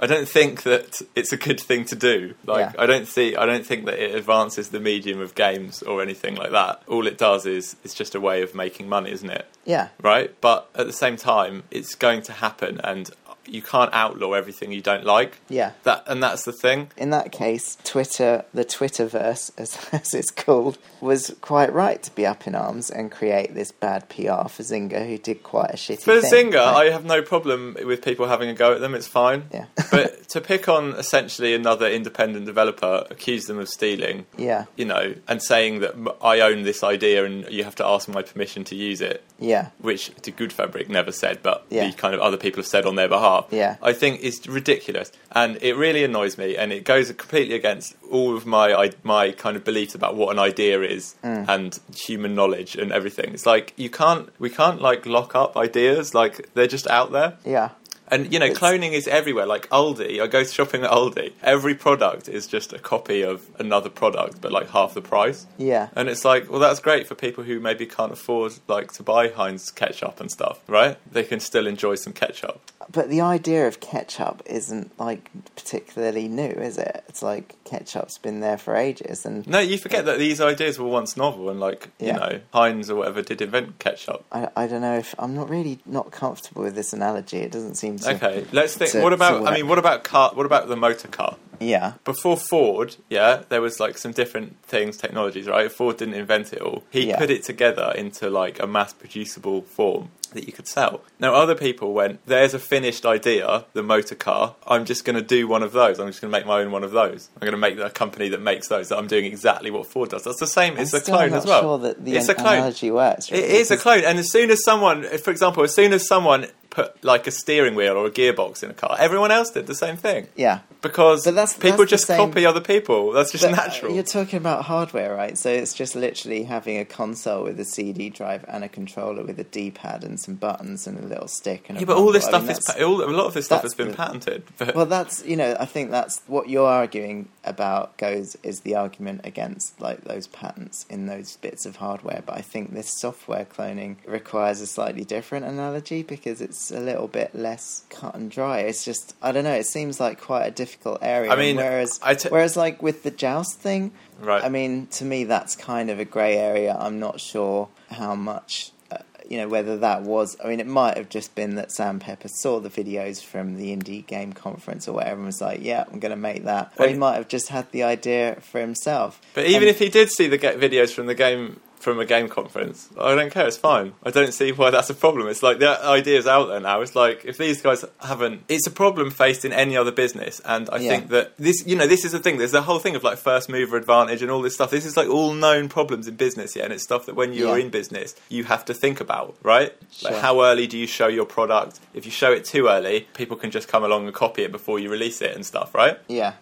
A: I don't think that it's a good thing to do. Like
B: Yeah.
A: I don't see I don't think that it advances the medium of games or anything like that. All it does is it's just a way of making money, isn't it?
B: Yeah.
A: Right? But at the same time, it's going to happen and you can't outlaw everything you don't like.
B: Yeah.
A: That and that's the thing.
B: In that case, Twitter, the Twitterverse, as, [LAUGHS] as it's called, was quite right to be up in arms and create this bad PR for Zynga, who did quite a shitty
A: For
B: thing.
A: Zynga, I
B: Like,
A: have no problem with people having a go at them. It's fine.
B: Yeah.
A: but to pick on essentially another independent developer, accuse them of stealing,
B: Yeah.
A: you know, and saying that m- I own this idea and you have to ask my permission to use it,
B: Yeah.
A: which the Good Fabric never said, but
B: Yeah.
A: the kind of other people have said on their behalf,
B: Yeah.
A: I think is ridiculous. And it really annoys me, and it goes completely against all of my, I, my kind of beliefs about what an idea is
B: Mm.
A: and human knowledge and everything. It's like, you can't, we can't like lock up ideas, like they're just out there.
B: Yeah.
A: And you know, cloning is everywhere. Like Aldi, I go shopping at Aldi. Every product is just a copy of another product, but like half the price.
B: Yeah.
A: And it's like, well, that's great for people who maybe can't afford like to buy Heinz ketchup and stuff, right? They can still enjoy some ketchup.
B: But the idea of ketchup isn't like particularly new, is it? It's like ketchup's been there for ages, and
A: No, you forget that these ideas were once novel, and like
B: Yeah.
A: you know, Heinz or whatever did invent ketchup.
B: I, I don't know if I'm not really not comfortable with this analogy. It doesn't seem to.
A: Okay, let's think.
B: to-
A: what
B: to
A: about? I
B: work.
A: mean, what about car? What about the motor car?
B: Yeah.
A: before Ford, yeah, there was like some different things, technologies, right? Ford didn't invent it all. He
B: Yeah.
A: put it together into like a mass producible form that you could sell. Now other people went, there's a finished idea, the motor car. I'm just going to do one of those. I'm just going to make my own one of those. I'm going to make the company that makes those. That I'm doing exactly what Ford does. That's the same. it's
B: I'm
A: a
B: still
A: clone
B: not
A: as well.
B: Sure that the
A: it's
B: an-
A: a clone.
B: analogy works.
A: It
B: really,
A: is a
B: because-
A: clone, and as soon as someone, for example, as soon as someone put like a steering wheel or a gearbox in a car, everyone else did the same thing
B: Yeah.
A: because
B: But that's-
A: people
B: that's the
A: just
B: same-
A: copy other people. That's just
B: But, uh,
A: natural.
B: You're talking about hardware, right? So it's just literally having a console with a CD drive and a controller with a D-pad and some buttons and a little stick. And a
A: yeah, but all this
B: bundle.
A: stuff
B: I mean,
A: is
B: that's-
A: pa- all, a lot of this stuff has
B: that's
A: been
B: the-
A: patented. But
B: Well, that's you know, I think that's what you're arguing about goes is the argument against like those patents in those bits of hardware. But I think this software cloning requires a slightly different analogy because it's a little bit less cut and dry. It's just I don't know. It seems like quite a difficult area.
A: I mean,
B: whereas
A: I t-
B: whereas like with the joust thing,
A: Right.
B: I mean, to me that's kind of a grey area. I'm not sure how much uh, you know whether that was i mean it might have just been that sam pepper saw the videos from the indie game conference or whatever and was like yeah i'm going to make that or he
A: And-
B: might have just had the idea for himself
A: but even
B: And-
A: if he did see the ga- videos from the game from a game conference, I don't care. It's fine. I don't see why that's a problem. It's like the idea's out there now. It's like if these guys haven't, it's a problem faced in any other business. And I
B: Yeah.
A: think that this, you know, this is the thing. There's the whole thing of like first mover advantage and all this stuff. This is like all known problems in business. Yeah, and it's stuff that when you're
B: Yeah.
A: in business, you have to think about, right? Like
B: Sure.
A: how how early do you show your product? If you show it too early, people can just come along and copy it before you release it and stuff, right?
B: yeah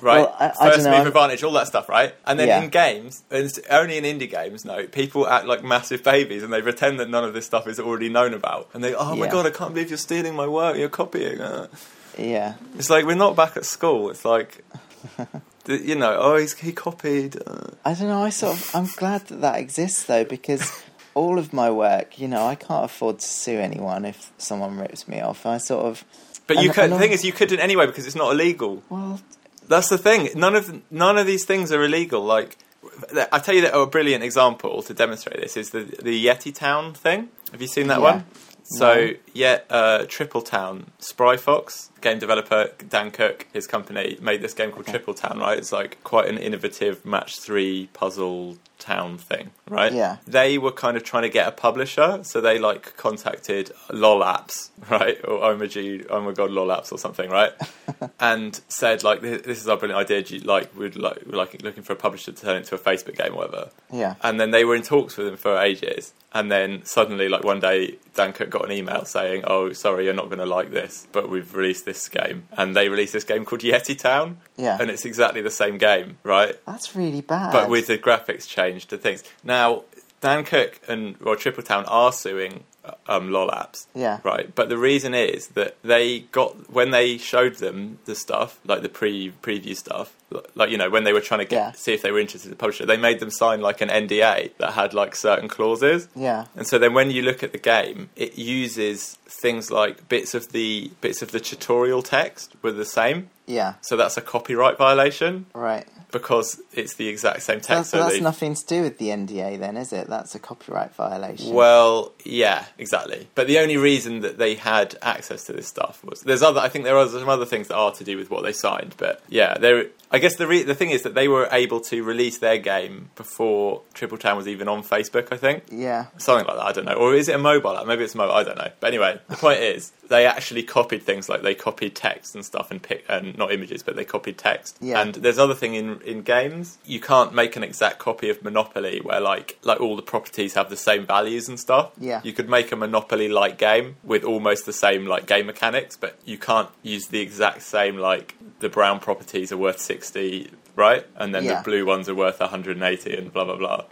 A: Right.
B: Well, I- I
A: First
B: don't know,
A: move
B: I'm-
A: advantage, all that stuff, right? And then
B: Yeah.
A: in games, and it's only in indie games, no, people act like massive babies and they pretend that none of this stuff is already known about. And they, oh my
B: Yeah.
A: god, I can't believe you're stealing my work, you're copying. Uh.
B: yeah.
A: It's like we're not back at school. It's
B: [LAUGHS]
A: like, th- you know, oh, he's, he copied. Uh,
B: I don't know. I sort of I'm glad that that exists
A: [LAUGHS]
B: though because all of my work, you know, I can't afford to sue anyone if someone rips me off. I sort of.
A: but you
B: and-
A: could.
B: and
A: The
B: I'm-
A: thing is, you couldn't anyway because it's not illegal.
B: Well,
A: That's the thing. None of none of these things are illegal. Like, I tell you that oh, a brilliant example to demonstrate this is the the Yeti Town thing. Have you seen that
B: Yeah.
A: one? So
B: No.
A: yeah, uh, Triple Town, Spry Fox, game developer Dan Cook, his company made this game called Triple Town. Right, it's like quite an innovative match three puzzle town thing. Right.
B: Yeah.
A: They were kind of trying to get a publisher, so they like contacted LOL Apps, [LAUGHS] right, or Oh my G- Oh my God, LOL Apps or something, right, and said like, "This this is our brilliant idea. Do you, like, we'd like, we're like looking for a publisher to turn it into a Facebook game, or whatever."
B: yeah.
A: And then they were in talks with him for ages. And then suddenly, like one day, Dan Cook got an email saying, "Oh, sorry, you're not going to like this, but we've released this game." And they released this game called Yeti Town.
B: Yeah.
A: And it's exactly the same game, right?
B: That's really bad.
A: but with the graphics changed and things. Now, Dan Cook and well, Triple Town are suing uh, um, LOL apps.
B: Yeah.
A: Right. But the reason is that they got when they showed them the stuff, like the pre preview stuff, li- like you know when they were trying to get,
B: Yeah.
A: see if they were interested in the publisher, they made them sign like an NDA that had like certain clauses.
B: yeah.
A: And so then when you look at the game, it uses things like bits of the bits of the tutorial text were the same.
B: Yeah.
A: So that's a copyright violation
B: Right.
A: because it's the exact same text.
B: That's,
A: so
B: that's
A: they-
B: nothing to do with the NDA, then, is it? That's a copyright violation.
A: Well, yeah, exactly. But the only reason that they had access to this stuff was there's other. I think there are some other things that are to do with what they signed. But yeah, there. I guess the re- the thing is that they were able to release their game before Triple Town was even on Facebook. I think
B: yeah.
A: something like that. I don't know. Or is it a mobile app? Maybe it's mobile. I don't know. But anyway, the point is they actually copied things like they copied text and stuff and pick and not images, but they copied text.
B: Yeah.
A: And there's other thing in in games. You can't make an exact copy of Monopoly where like like all the properties have the same values and stuff.
B: Yeah.
A: You could make a Monopoly like game with almost the same like game mechanics, but you can't use the exact same like the brown properties are worth sixty. Right, and then
B: Yeah.
A: the blue ones are worth 180, and blah blah blah.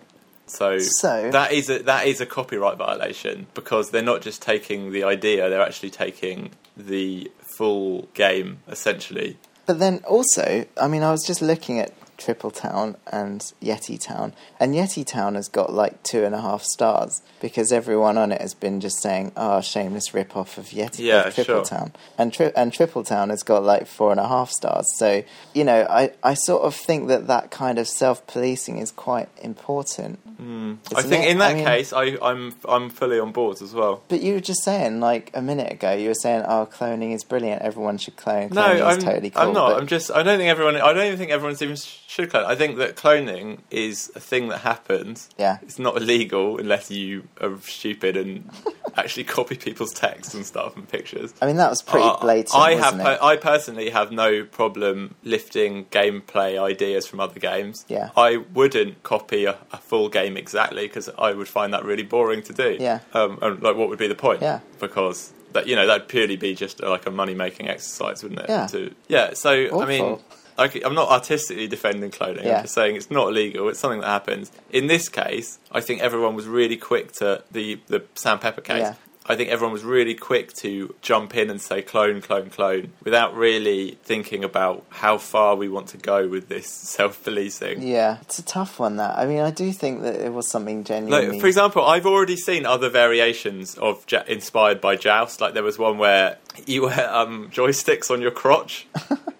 A: So,
B: So-
A: that is a that is a copyright violation because they're not just taking the idea; they're actually taking the full game essentially.
B: But then also, I mean, I was just looking at Triple Town and Yeti Town, and Yeti Town has got like two and a half stars because everyone on it has been just saying, "Oh, shameless rip off of Yeti
A: Yeah,
B: of Triple
A: sure.
B: Town," and tri- and Triple Town has got like four and a half stars. So you know, I I sort of think that that kind of self policing is quite important.
A: Hmm. I
B: isn't
A: think
B: it?
A: in that
B: mean-
A: case, I, I'm I'm fully on board as well.
B: But you were just saying, like a minute ago, you were saying, "Oh, cloning is brilliant. Everyone should clone. Cloning
A: No,
B: is
A: I'm,
B: totally cool."
A: I'm not.
B: but-
A: I'm just. I don't think everyone. I don't even think everyone's even sh- should clone. I think that cloning is a thing that happens.
B: Yeah.
A: it's not illegal unless you are stupid and [LAUGHS] actually copy people's text and stuff and pictures.
B: I mean, that was pretty
A: Uh,
B: blatant.
A: I have.
B: wasn't it?
A: per- I personally have no problem lifting gameplay ideas from other games.
B: Yeah.
A: I wouldn't copy a, a full game exactly because I would find that really boring to do.
B: Yeah.
A: Um, and like, what would be the point?
B: Yeah.
A: Because that you know that'd purely be just uh, like a money making exercise, wouldn't it?
B: Yeah.
A: To, yeah. So I mean.
B: Awful.
A: I c- I'm not artistically defending cloning.
B: Yeah.
A: I'm just saying it's not illegal. It's something that happens. In this case, I think everyone was really quick to the the Sam Pepper case.
B: Yeah.
A: I think everyone was really quick to jump in and say clone, clone, clone, without really thinking about how far we want to go with this [LAUGHS] self-policing.
B: Yeah, it's a tough one. That I mean, I do think that it was something genuinely.
A: Like, for example, I've already seen other variations of ja- inspired by Joust. Like there was one where you wear um, joysticks on your
B: [LAUGHS]
A: crotch,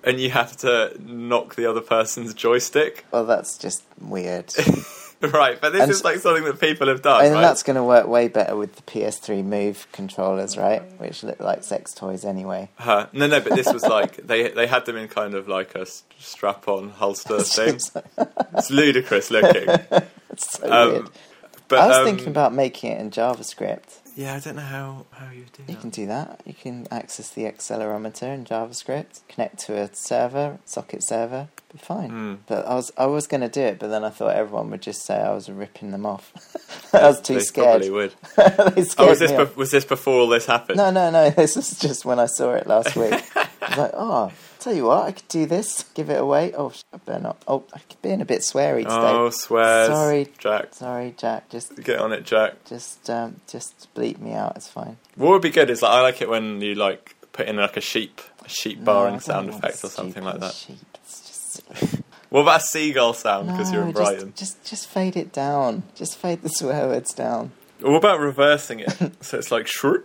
A: and you have to knock the other person's joystick. [LAUGHS]
B: well, that's just weird.
A: Right, but this
B: And
A: is
B: s-
A: like something that people have done.
B: I mean,
A: right?
B: that's going to work way better with the PS3 Move controllers, right? Which look like sex toys anyway. [LAUGHS]
A: Uh, no, no, but this was like they they had them in kind of like a s-
B: [LAUGHS]
A: strap-on holster thing.
B: It's so
A: It's ludicrous
B: [LAUGHS]
A: looking.
B: weird.
A: Um, but
B: I was
A: um,
B: thinking about making it in JavaScript.
A: yeah, I don't know how how you do
B: You
A: that.
B: can do that. You can access the accelerometer in JavaScript, connect to a server, socket server, be fine.
A: Hmm.
B: But I was I was going to do it, but then I thought everyone would just say I was ripping them off. [LAUGHS] I was too
A: They
B: scared. [LAUGHS]
A: Probably would.
B: They
A: Oh,
B: scared
A: was this
B: me off.
A: be- was this before all this happened?
B: No, no, [LAUGHS] no. This is just when I saw it last
A: [LAUGHS]
B: week. I was like, oh, tell you what, I could do this. Give it away. Oh, sh- I better not. Oh, I'm being a bit sweary today.
A: oh, swears.
B: Sorry.
A: Jack.
B: Sorry, Jack. Just,
A: Get on it, Jack.
B: just, um, just bleep me out. It's fine.
A: What would be good is like I like it when you like put in like a sheep A sheep
B: No,
A: barring
B: I don't
A: sound
B: want
A: effect or something like
B: stupid
A: that.
B: Sheep. It's just
A: What about a seagull sound because you're in
B: No, just-
A: Brighton?
B: Just, just fade it down. Just fade the swear words down.
A: What about reversing
B: [LAUGHS]
A: it? so it's like shroop.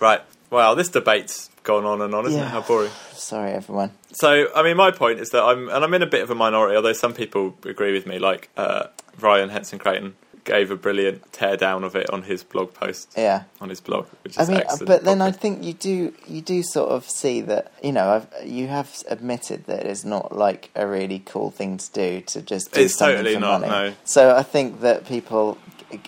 A: right. Wow, this debate's gone on and on, isn't it?
B: Yeah.
A: How boring.
B: Sorry, everyone.
A: So, I mean, my point is that I'm, and I'm in a bit of a minority, although some people agree with me, like uh, Ryan Henson Creighton gave a brilliant teardown of it on his blog post,
B: Yeah.
A: on his blog, which is
B: I mean, uh,
A: excellent.
B: but then I
A: probably.
B: think you do you do sort of see that you know I've, you have admitted that it's not like a really cool thing to do to just do
A: It's
B: something
A: totally
B: for
A: not,
B: money.
A: no.
B: So I think that people,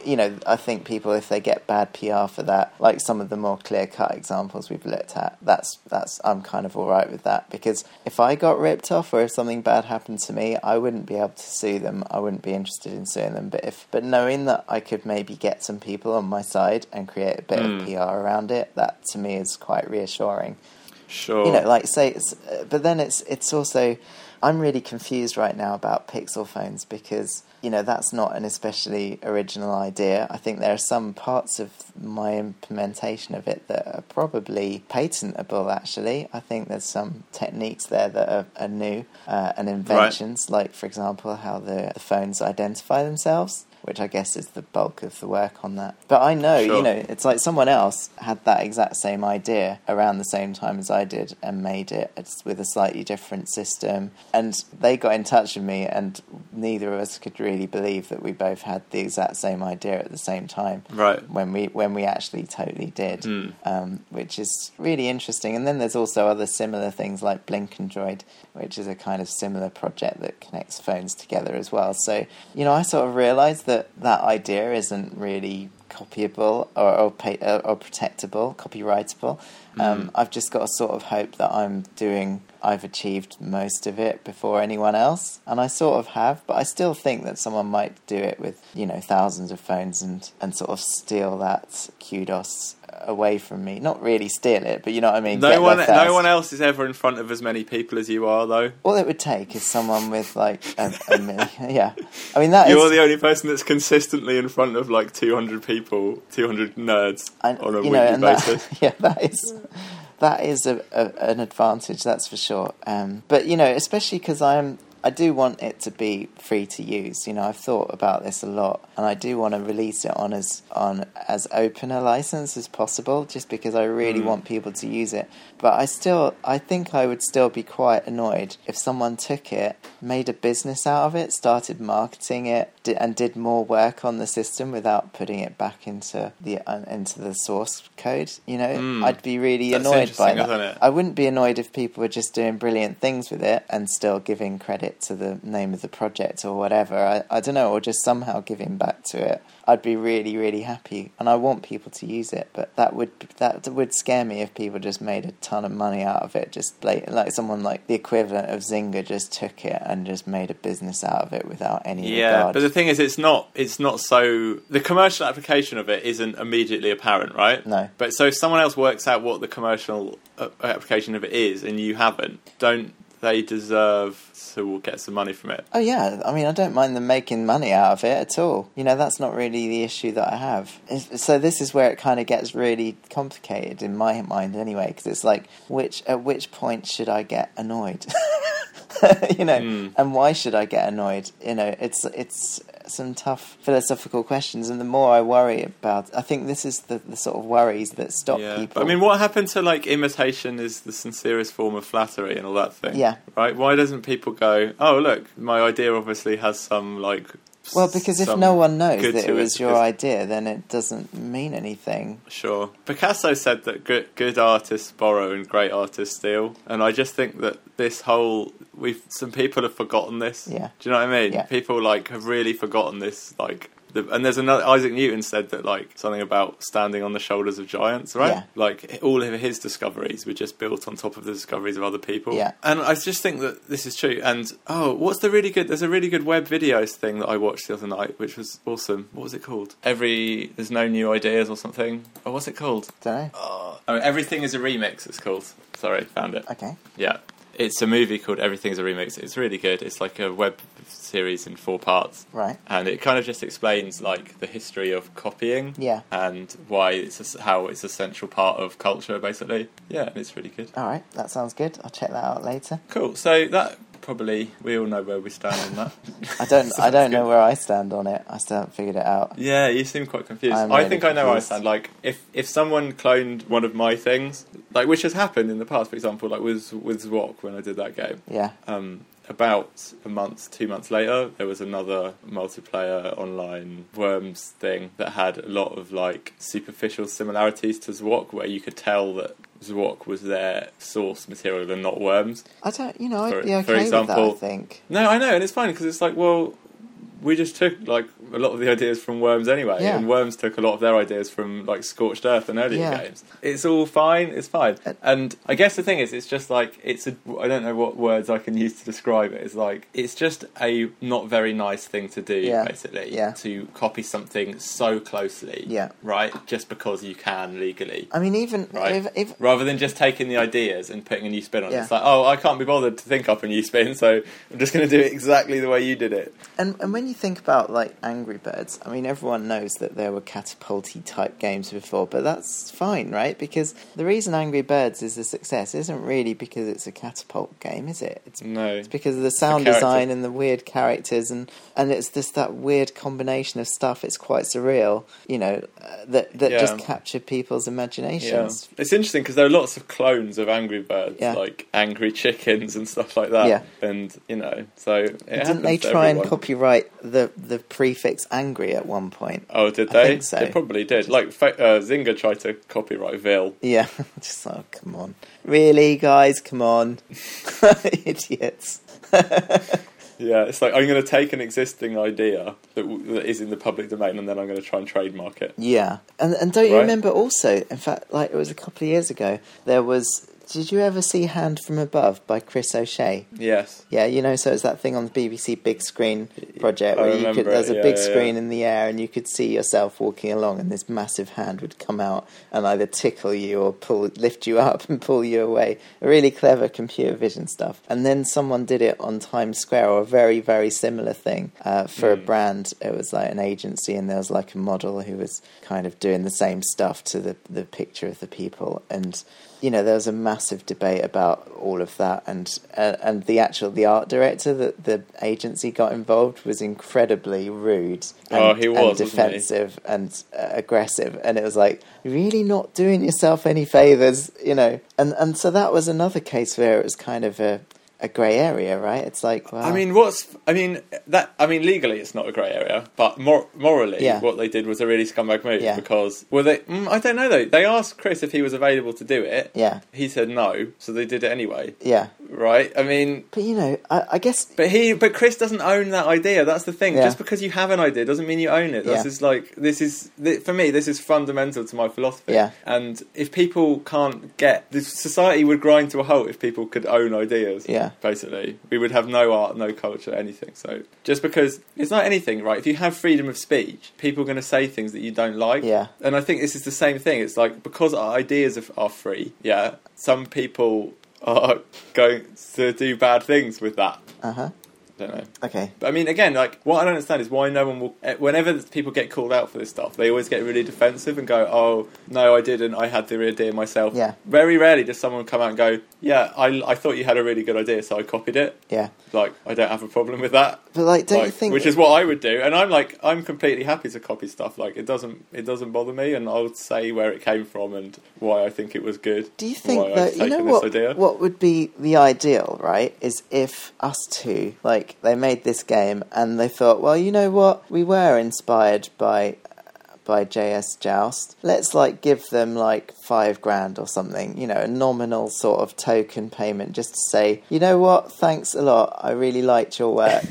B: you know, I think people if they get bad PR for that, like some of the more clear cut examples we've looked at, that's that's I'm kind of all right with that because if I got ripped off or if something bad happened to me, I wouldn't be able to sue them. I wouldn't be interested in suing them. But if but knowing that I could maybe get some people on my side and create a bit
A: Mm.
B: of PR around it, that to me is quite reassuring
A: Sure.
B: you know like say it's uh, but then it's it's also i'm really confused right now about pixel phones because you know that's not an especially original idea i think there are some parts of my implementation of it that are probably patentable actually i think there's some techniques there that are, are new uh, and inventions like for example how the, the phones identify themselves which I guess is the bulk of the work on that. But I know,
A: Sure.
B: you know, it's like someone else had that exact same idea around the same time as I did and made it it's with a slightly different system. And they got in touch with me, and neither of us could really believe that we both had the exact same idea at the same time
A: right.
B: when we when we actually totally did,
A: Mm.
B: um, which is really interesting. And then there's also other similar things like Blink and Droid, which is a kind of similar project that connects phones together as well. So you know, I sort of realised that that idea isn't really copyable or or, pay, uh, or protectable, copyrightable. Um, I've just got to sort of hope that I'm doing. I've achieved most of it before anyone else, and I sort of have. But I still think that someone might do it with you know thousands of phones and and sort of steal that kudos away from me. Not really steal it, but you know what I mean.
A: No
B: get
A: one,
B: there first.
A: no one e-, else is ever in front of as many people as you are, though.
B: All it would take is someone with like a, a million. Yeah, I mean that is.
A: You're the only person that's consistently in front of like 200 people, 200 nerds
B: and,
A: on a
B: you
A: weekly
B: know, and that-
A: basis.
B: [LAUGHS] yeah, that is that is a, a, an advantage, that's for sure. Um, but you know, especially because I'm. I do want it to be free to use. You know, I've thought about this a lot, and I do want to release it on as on as open a license as possible, just because I really want people to use it. But I still, I think I would still be quite annoyed if someone took it, made a business out of it, started marketing it, di- and did more work on the system without putting it back into the uh, into the source code. You know,
A: Mm.
B: I'd be really
A: That's
B: annoyed by
A: interesting,
B: that.
A: isn't it?
B: I wouldn't be annoyed if people were just doing brilliant things with it and still giving credit to the name of the project or whatever. I, I don't know, or just somehow giving back to it. I'd be really, really happy, and I want people to use it. But that would that would scare me if people just made a ton of money out of it. Just like like someone like the equivalent of Zynga just took it and just made a business out of it without any
A: Yeah,
B: regard.
A: but the thing is, it's not it's not so the commercial application of it isn't immediately apparent, right?
B: No.
A: But so if someone else works out what the commercial uh, application of it is, and you haven't, don't they deserve to get some money from it?
B: Oh yeah, I mean, I don't mind them making money out of it at all. You know, that's not really the issue that I have. It's- So this is where it kind of gets really complicated in my mind, anyway, because it's like, which at which point should I get annoyed? [LAUGHS] you know,
A: Hmm.
B: and why should I get annoyed? You know, it's it's some tough philosophical questions, and the more I worry about, I think this is the, the sort of worries that stop
A: Yeah.
B: people.
A: But, I mean, what happened to like imitation is the sincerest form of flattery and all that thing?
B: Yeah.
A: Right? Why doesn't people go, oh look, my idea obviously has some like. s-
B: well, because if
A: some
B: no one knows
A: good
B: that
A: to
B: it was your
A: because-
B: idea, then it doesn't mean anything.
A: Sure. Picasso said that good, good artists borrow and great artists steal. And I just think that this whole we've some people have forgotten this.
B: Yeah.
A: Do you know what I mean?
B: Yeah.
A: People like have really forgotten this like the, and there's another Isaac Newton said that like something about standing on the shoulders of giants, right?
B: Yeah.
A: Like all of his discoveries were just built on top of the discoveries of other people.
B: Yeah.
A: And I just think that this is true. And oh, what's the really good? There's a really good web videos thing that I watched the other night, which was awesome. What was it called? Every there's no new ideas or something. Oh, what's it called?
B: Don't know.
A: Oh, oh, everything is a remix. It's called. Sorry, found it.
B: Okay.
A: Yeah. It's a movie called Everything's a Remix. It's really good. It's like a web series in four parts.
B: Right.
A: And it kind of just explains like the history of copying.
B: Yeah.
A: And why it's a, how it's a central part of culture basically. Yeah, and it's really good.
B: All right, that sounds good. I'll check that out later.
A: Cool. So that probably we all know where we stand on that. [LAUGHS]
B: I don't.
A: So
B: I
A: that's
B: don't know
A: good.
B: where I stand on it. I still haven't figured it out.
A: Yeah, you seem quite confused.
B: I'm
A: I
B: really
A: think I know where I
B: confused.
A: stand. Like, if if someone cloned one of my things, like which has happened in the past, for example, like with with Zwok when I did that game.
B: Yeah.
A: Um, about a month, two months later, there was another multiplayer online Worms thing that had a lot of like superficial similarities to Zwok, where you could tell that Zwok was their source material and not Worms.
B: I don't. You know, I'd
A: For-
B: be
A: for
B: okay
A: example-
B: with that. I think.
A: No, I know, and it's fine because it's like, well, we just took like a lot of the ideas from Worms anyway,
B: Yeah.
A: and Worms took a lot of their ideas from like Scorched Earth and earlier
B: Yeah.
A: games. It's all fine. It's fine.
B: Uh,
A: And I guess the thing is, it's just like it's a. I don't know what words I can [LAUGHS] use to describe it. It's like it's just a not very nice thing to do,
B: Yeah.
A: basically,
B: Yeah.
A: to copy something so closely,
B: Yeah.
A: right, just because you can legally.
B: I mean, even
A: Right.
B: if, if
A: Rather than just taking the ideas and putting a new spin on it,
B: Yeah.
A: it's like, oh, I can't be bothered to think up a new spin, so I'm just going to do it exactly the way you did it.
B: And and when you think about like Angry Birds, I mean everyone knows that there were catapulty type games before, but that's fine, right? Because the reason Angry Birds is a success isn't really because it's a catapult game, is it? It's
A: No.
B: it's because of the sound
A: character.
B: design and the weird characters and and it's just that weird combination of stuff. It's quite surreal, you know, uh, that that just
A: Yeah.
B: captured people's
A: Yeah.
B: imaginations.
A: It's interesting because there are lots of clones of Angry Birds,
B: Yeah.
A: like Angry Chickens and stuff like that.
B: Yeah.
A: And, you know, so it
B: Didn't
A: happens
B: they
A: to
B: try and
A: everyone.
B: copyright the the prefix angry at one point?
A: Oh, did
B: I
A: they?
B: think so.
A: They probably did. Like, fa- uh, Zynga tried to copyright Vil.
B: Yeah, [LAUGHS] just oh come on, really, guys, come on, [LAUGHS] idiots.
A: Yeah, it's like, I'm going to take an existing idea that, w- that is in the public domain and then I'm going to try and trademark it.
B: Yeah, and and don't you
A: Right.
B: remember also? In fact, like it was a couple of years ago, there was. Did you ever see Hand from Above by Chris O'Shea?
A: Yes.
B: Yeah, you know, so it's that thing on the BBC Big Screen project
A: I
B: where you
A: remember
B: could, there's
A: it,
B: a
A: yeah,
B: big
A: yeah.
B: screen in the air and you could see yourself walking along, and this massive hand would come out and either tickle you or pull, lift you up and pull you away. Really clever computer vision stuff. And then someone did it on Times Square or a very, very similar thing uh, for a brand. It was like an agency, and there was like a model who was kind of doing the same stuff to the, the picture of the people. And you know there was a massive debate about all of that and uh, and the actual the art director that the agency got involved was incredibly rude and,
A: Oh, he was,
B: and
A: wasn't he?
B: defensive and uh, aggressive and it was like really not doing yourself any favors you know and and so that was another case where it was kind of a a grey area right it's like well,
A: I mean, what's I mean that I mean legally it's not a grey area, but mor- morally,
B: Yeah.
A: what they did was a really scumbag move
B: Yeah.
A: because well, they mm, I don't know though. They asked Chris if he was available to do it.
B: yeah
A: He said no, so they did it anyway,
B: yeah
A: right? I mean,
B: but you know I, I guess
A: but he but Chris doesn't own that idea. That's the thing.
B: Yeah.
A: Just because you have an idea doesn't mean you own it. This
B: Yeah.
A: is like this is th- for me. This is fundamental to my philosophy.
B: Yeah.
A: And if people can't get, the society would grind to a halt if people could own ideas.
B: Yeah.
A: Basically, we would have no art, no culture, anything. So just because it's not anything, right? If you have freedom of speech, people are going to say things that you don't like.
B: Yeah.
A: And I think this is the same thing. It's like because our ideas are, are free, yeah. Some people are [LAUGHS] going to do bad things with that.
B: uh-huh
A: don't know.
B: okay
A: But I mean, again, like what I don't understand is why no one will. eh, Whenever people get called out for this stuff, they always get really defensive and go, "Oh no, I didn't. I had the idea myself."
B: Yeah.
A: Very rarely does someone come out and go, "Yeah, I, I thought you had a really good idea, so I copied it."
B: yeah
A: Like I don't have a problem with that.
B: but like don't you
A: Like,
B: think
A: which is what I would do, and I'm like, I'm completely happy to copy stuff. Like it doesn't, it doesn't bother me, and I'll say where it came from and why I think it was good.
B: Do you
A: and
B: think
A: why I've
B: that you know
A: taken
B: what?
A: This idea.
B: What would be the ideal, right? Is if us two, like, they made this game and they thought, well, you know what? We were inspired by by JS Joust. Let's like give them like five grand or something, you know, a nominal sort of token payment just to say, you know what? Thanks a lot. I really liked your
A: [LAUGHS]
B: work.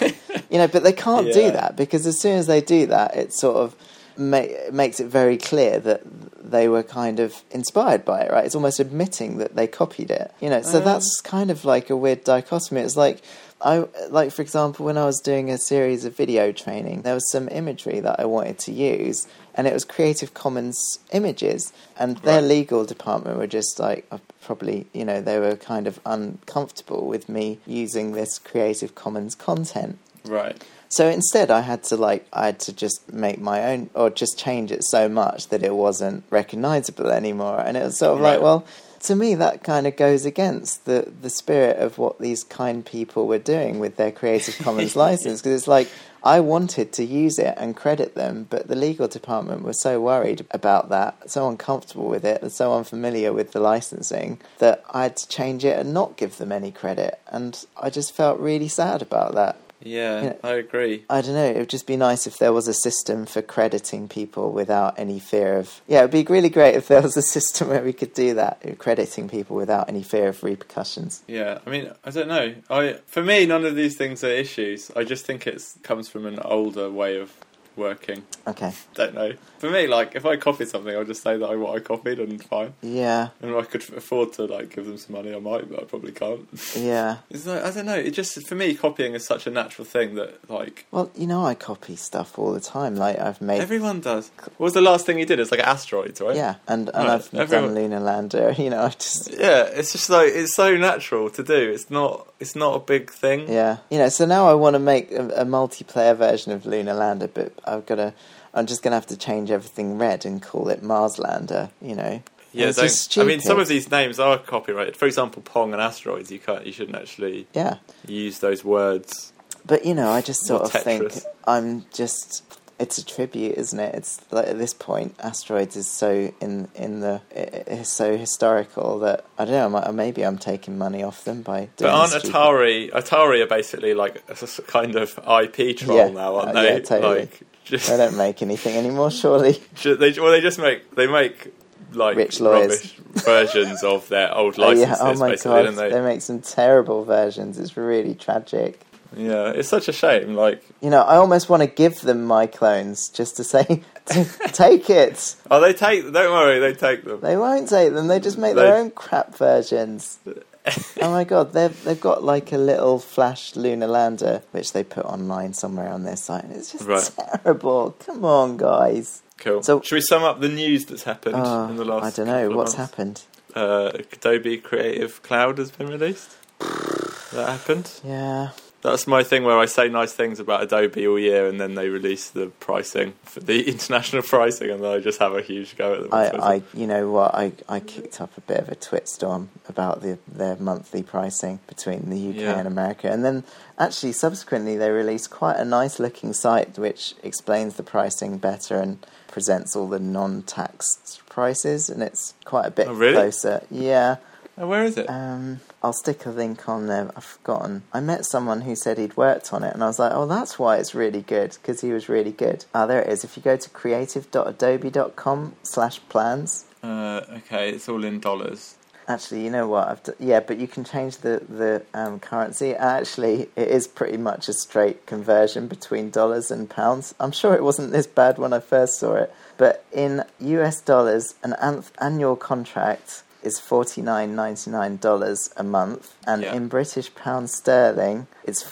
B: you know, but they can't do
A: Yeah.
B: that because as soon as they do that, it sort of ma- makes it very clear that they were kind of inspired by it, right? It's almost admitting that they copied it, you know. So that's kind of like a weird dichotomy. It's like I like, for example, when I was doing a series of video training, there was some imagery that I wanted to use, and it was Creative Commons images, and their
A: Right.
B: legal department were just like, "Oh, probably, you know, they were kind of uncomfortable with me using this Creative Commons content.
A: Right.
B: So instead, I had to like I had to just make my own or just change it so much that it wasn't recognizable anymore, and it was sort of
A: Right.
B: like, well, to me that kind of goes against the the spirit of what these kind people were doing with their Creative Commons license because it's like. I wanted to use it and credit them, but the legal department were so worried about that, so uncomfortable with it, and so unfamiliar with the licensing that I had to change it and not give them any credit. And I just felt really sad about that.
A: Yeah,
B: You know-
A: I agree.
B: I don't know. It would just be nice if there was a system for crediting people without any fear of. Yeah, it'd be really great if there was a system where we could do that, crediting people without any fear of repercussions.
A: Yeah, I mean, I don't know. I for me, none of these things are issues. I just think it comes from an older way of working.
B: Okay.
A: Don't know. For me, like if I copy something, I'll just say that I what I copied and fine.
B: Yeah.
A: And if I could afford to like give them some money, I might, but I probably can't. [LAUGHS]
B: Yeah.
A: It's like I don't know. It just for me, copying is such a natural thing that like
B: Well, you know, I copy stuff all the time. Like I've made.
A: everyone does. What was the last thing you did? It's like asteroids, right?
B: yeah, and, and
A: Right,
B: I've
A: everyone-
B: done Lunar Lander. [LAUGHS] You know, I just
A: Yeah, it's just like it's so natural to do. It's not. It's not a big thing.
B: Yeah, you know. So now I want to make a, a multiplayer version of Lunar Lander, but I've got to. I'm just going to have to change everything red and call it Mars Lander. You know.
A: Yeah,
B: It's just
A: don't- I mean,
B: stupid.
A: some of these names are copyrighted. For example, Pong and asteroids. You can't. You shouldn't actually
B: Yeah,
A: use those words.
B: but you know, I just sort
A: Or
B: of think
A: Tetris.
B: I'm just. It's a tribute, isn't it? It's like at this point, asteroids is so in in the i- i- is so historical that I don't know. I'm- Maybe I'm taking money off them by. Doing
A: But aren't
B: this [LAUGHS] stupid-
A: Atari? Atari are basically like a s- kind of IP troll
B: Yeah,
A: now, aren't
B: uh,
A: they?
B: yeah, totally.
A: Like just,
B: They don't make anything anymore, surely.
A: [LAUGHS] ju- they well, they just make they make like
B: Rich lawyers. [LAUGHS]
A: rubbish versions of their old
B: Oh,
A: licenses,
B: yeah. Oh my
A: basically,
B: god,
A: don't they?
B: they make some terrible versions. It's really tragic.
A: Yeah, it's such a shame. Like,
B: You know, I almost want to give them my clones just to say, [LAUGHS] "T- take it.
A: oh, they take. Don't worry, they take them.
B: They won't take them. They just make their
A: They-
B: own crap versions. oh my god, they've they've got like a little flash lunar lander which they put online somewhere on their site, and it's just
A: Right.
B: terrible. Come on, guys.
A: [LAUGHS] Cool.
B: So-
A: should we sum up the news that's happened
B: Oh,
A: in the last?
B: I don't know
A: couple of
B: what's
A: months?
B: happened.
A: uh, Adobe Creative Cloud has been released. That happened.
B: Yeah,
A: That's my thing where I say nice things about Adobe all year, and then they release the pricing [LAUGHS] for the international pricing, and then I just have a huge go at them. on
B: I,
A: Twitter.
B: I you know what I, I kicked up a bit of a twit storm about the their monthly pricing between the UK
A: Yeah.
B: and America, and then actually subsequently they released quite a nice looking site which explains the pricing better and presents all the non tax prices, and it's quite a bit
A: Oh, really?
B: closer. Yeah,
A: Oh, where is it?
B: um, I'll stick a link on there. I've forgotten. I met someone who said he'd worked on it, and I was like, oh, that's why it's really good, because he was really good. Ah, there it is. If you go to creative.adobe.com slash plans,
A: Uh, okay, it's all in dollars.
B: actually, you know what? I've d- yeah, but you can change the, the um, currency. Actually, it is pretty much a straight conversion between dollars and pounds. I'm sure it wasn't this bad when I first saw it, but in US dollars, an an- annual contract is $49.99 a month and
A: Yeah.
B: in British pound sterling it's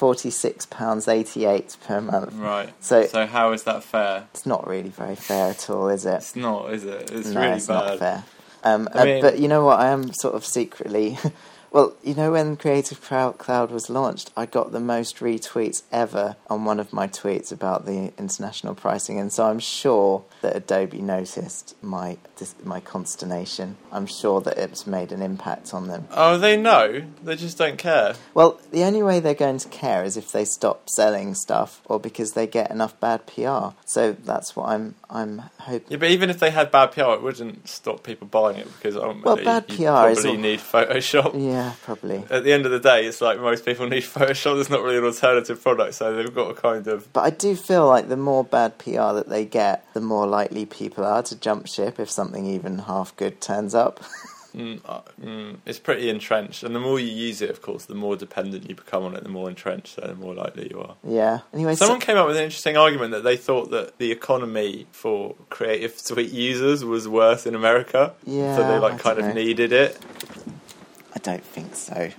B: £46.88 per month.
A: Right.
B: So-
A: so how is that fair?
B: It's not really very fair at all, is it?
A: It's not, is it? It's
B: no,
A: really
B: it's
A: bad.
B: not fair. Um,
A: I
B: uh,
A: mean-
B: but you know what? I am sort of secretly. [LAUGHS] well, you know, when Creative Crowd- Cloud was launched, I got the most retweets ever on one of my tweets about the international pricing, and so I'm sure that Adobe noticed my dis- my consternation. I'm sure that it's made an impact on them.
A: Oh, they know. They just don't care.
B: Well, the only way they're going to care is if they stop selling stuff, or because they get enough bad PR. So that's what I'm I'm hoping.
A: Yeah, but even if they had bad PR, it wouldn't stop people buying it because ultimately
B: bad
A: you
B: PR is
A: probably
B: all-
A: need
B: [LAUGHS]
A: Photoshop.
B: Yeah, probably.
A: At the end of the day, it's like most people need [LAUGHS] Photoshop. There's not really an alternative product, so they've got to kind of
B: But I do feel like the more bad PR that they get, the more likely people are to jump ship if something even half good turns up. [LAUGHS]
A: Mm, uh, mm, it's pretty entrenched, and the more you use it, of course, the more dependent you become on it, the more entrenched, so the more likely you are.
B: yeah. Anyway, so-
A: Someone came up with an interesting argument that they thought that the economy for Creative [LAUGHS] Suite users was worse in America,
B: Yeah,
A: so they
B: I
A: like kind
B: don't
A: of
B: know.
A: needed
B: [LAUGHS]
A: it.
B: I don't think
A: [LAUGHS]
B: so.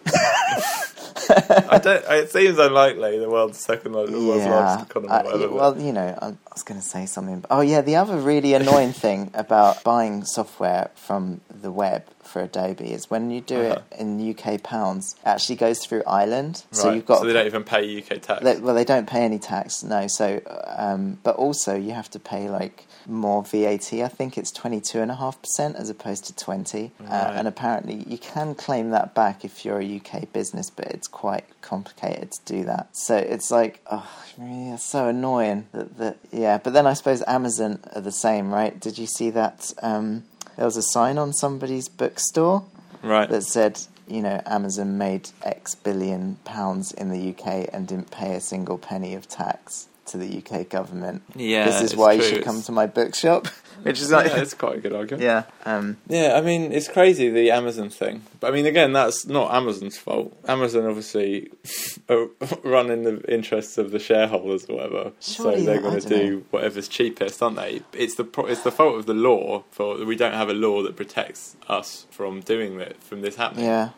A: I don't. It seems unlikely. The world's second, lar- the world's largest
B: yeah.
A: economy.
B: I-
A: whatever, but-
B: well, you know, I, I was going
A: [LAUGHS]
B: to say something. But, oh, yeah. The other really annoying thing about buying software from the web for Adobe is when you do
A: Uh-huh.
B: it in UK pounds, it actually goes through Ireland. So
A: right.
B: you've got
A: so
B: to
A: they don't even pay UK tax.
B: they, well, they don't pay any tax, no. So, um, but also you have to pay like more VAT. I think it's twenty two and a half percent as opposed to twenty. Uh,
A: Right.
B: and apparently, you can claim that back if you're a UK business, but it's quite complicated to do that. So it's like, oh, really, that's so annoying. That, that yeah. But then I suppose Amazon are the same, right? Did you see that? Um, there was a sign on somebody's bookstore
A: right. [LAUGHS]
B: that said, you know, Amazon made X billion pounds in the UK and didn't pay a single penny of tax to the UK government.
A: Yeah,
B: this is
A: it's
B: why
A: true,
B: you should
A: it's-
B: come to
A: [LAUGHS]
B: my bookshop. Which is
A: yeah,
B: like,
A: that's quite a good argument.
B: yeah, um,
A: Yeah, I mean, it's crazy the Amazon thing. But I mean, again, that's not Amazon's fault. Amazon obviously [LAUGHS] are run in the interests of the shareholders or whatever. so
B: Surely
A: they're
B: not, I
A: going to
B: don't
A: do
B: know.
A: whatever's cheapest, aren't they? It's the pro- it's the fault of the law for we don't have a law that protects us from doing that from this happening.
B: yeah.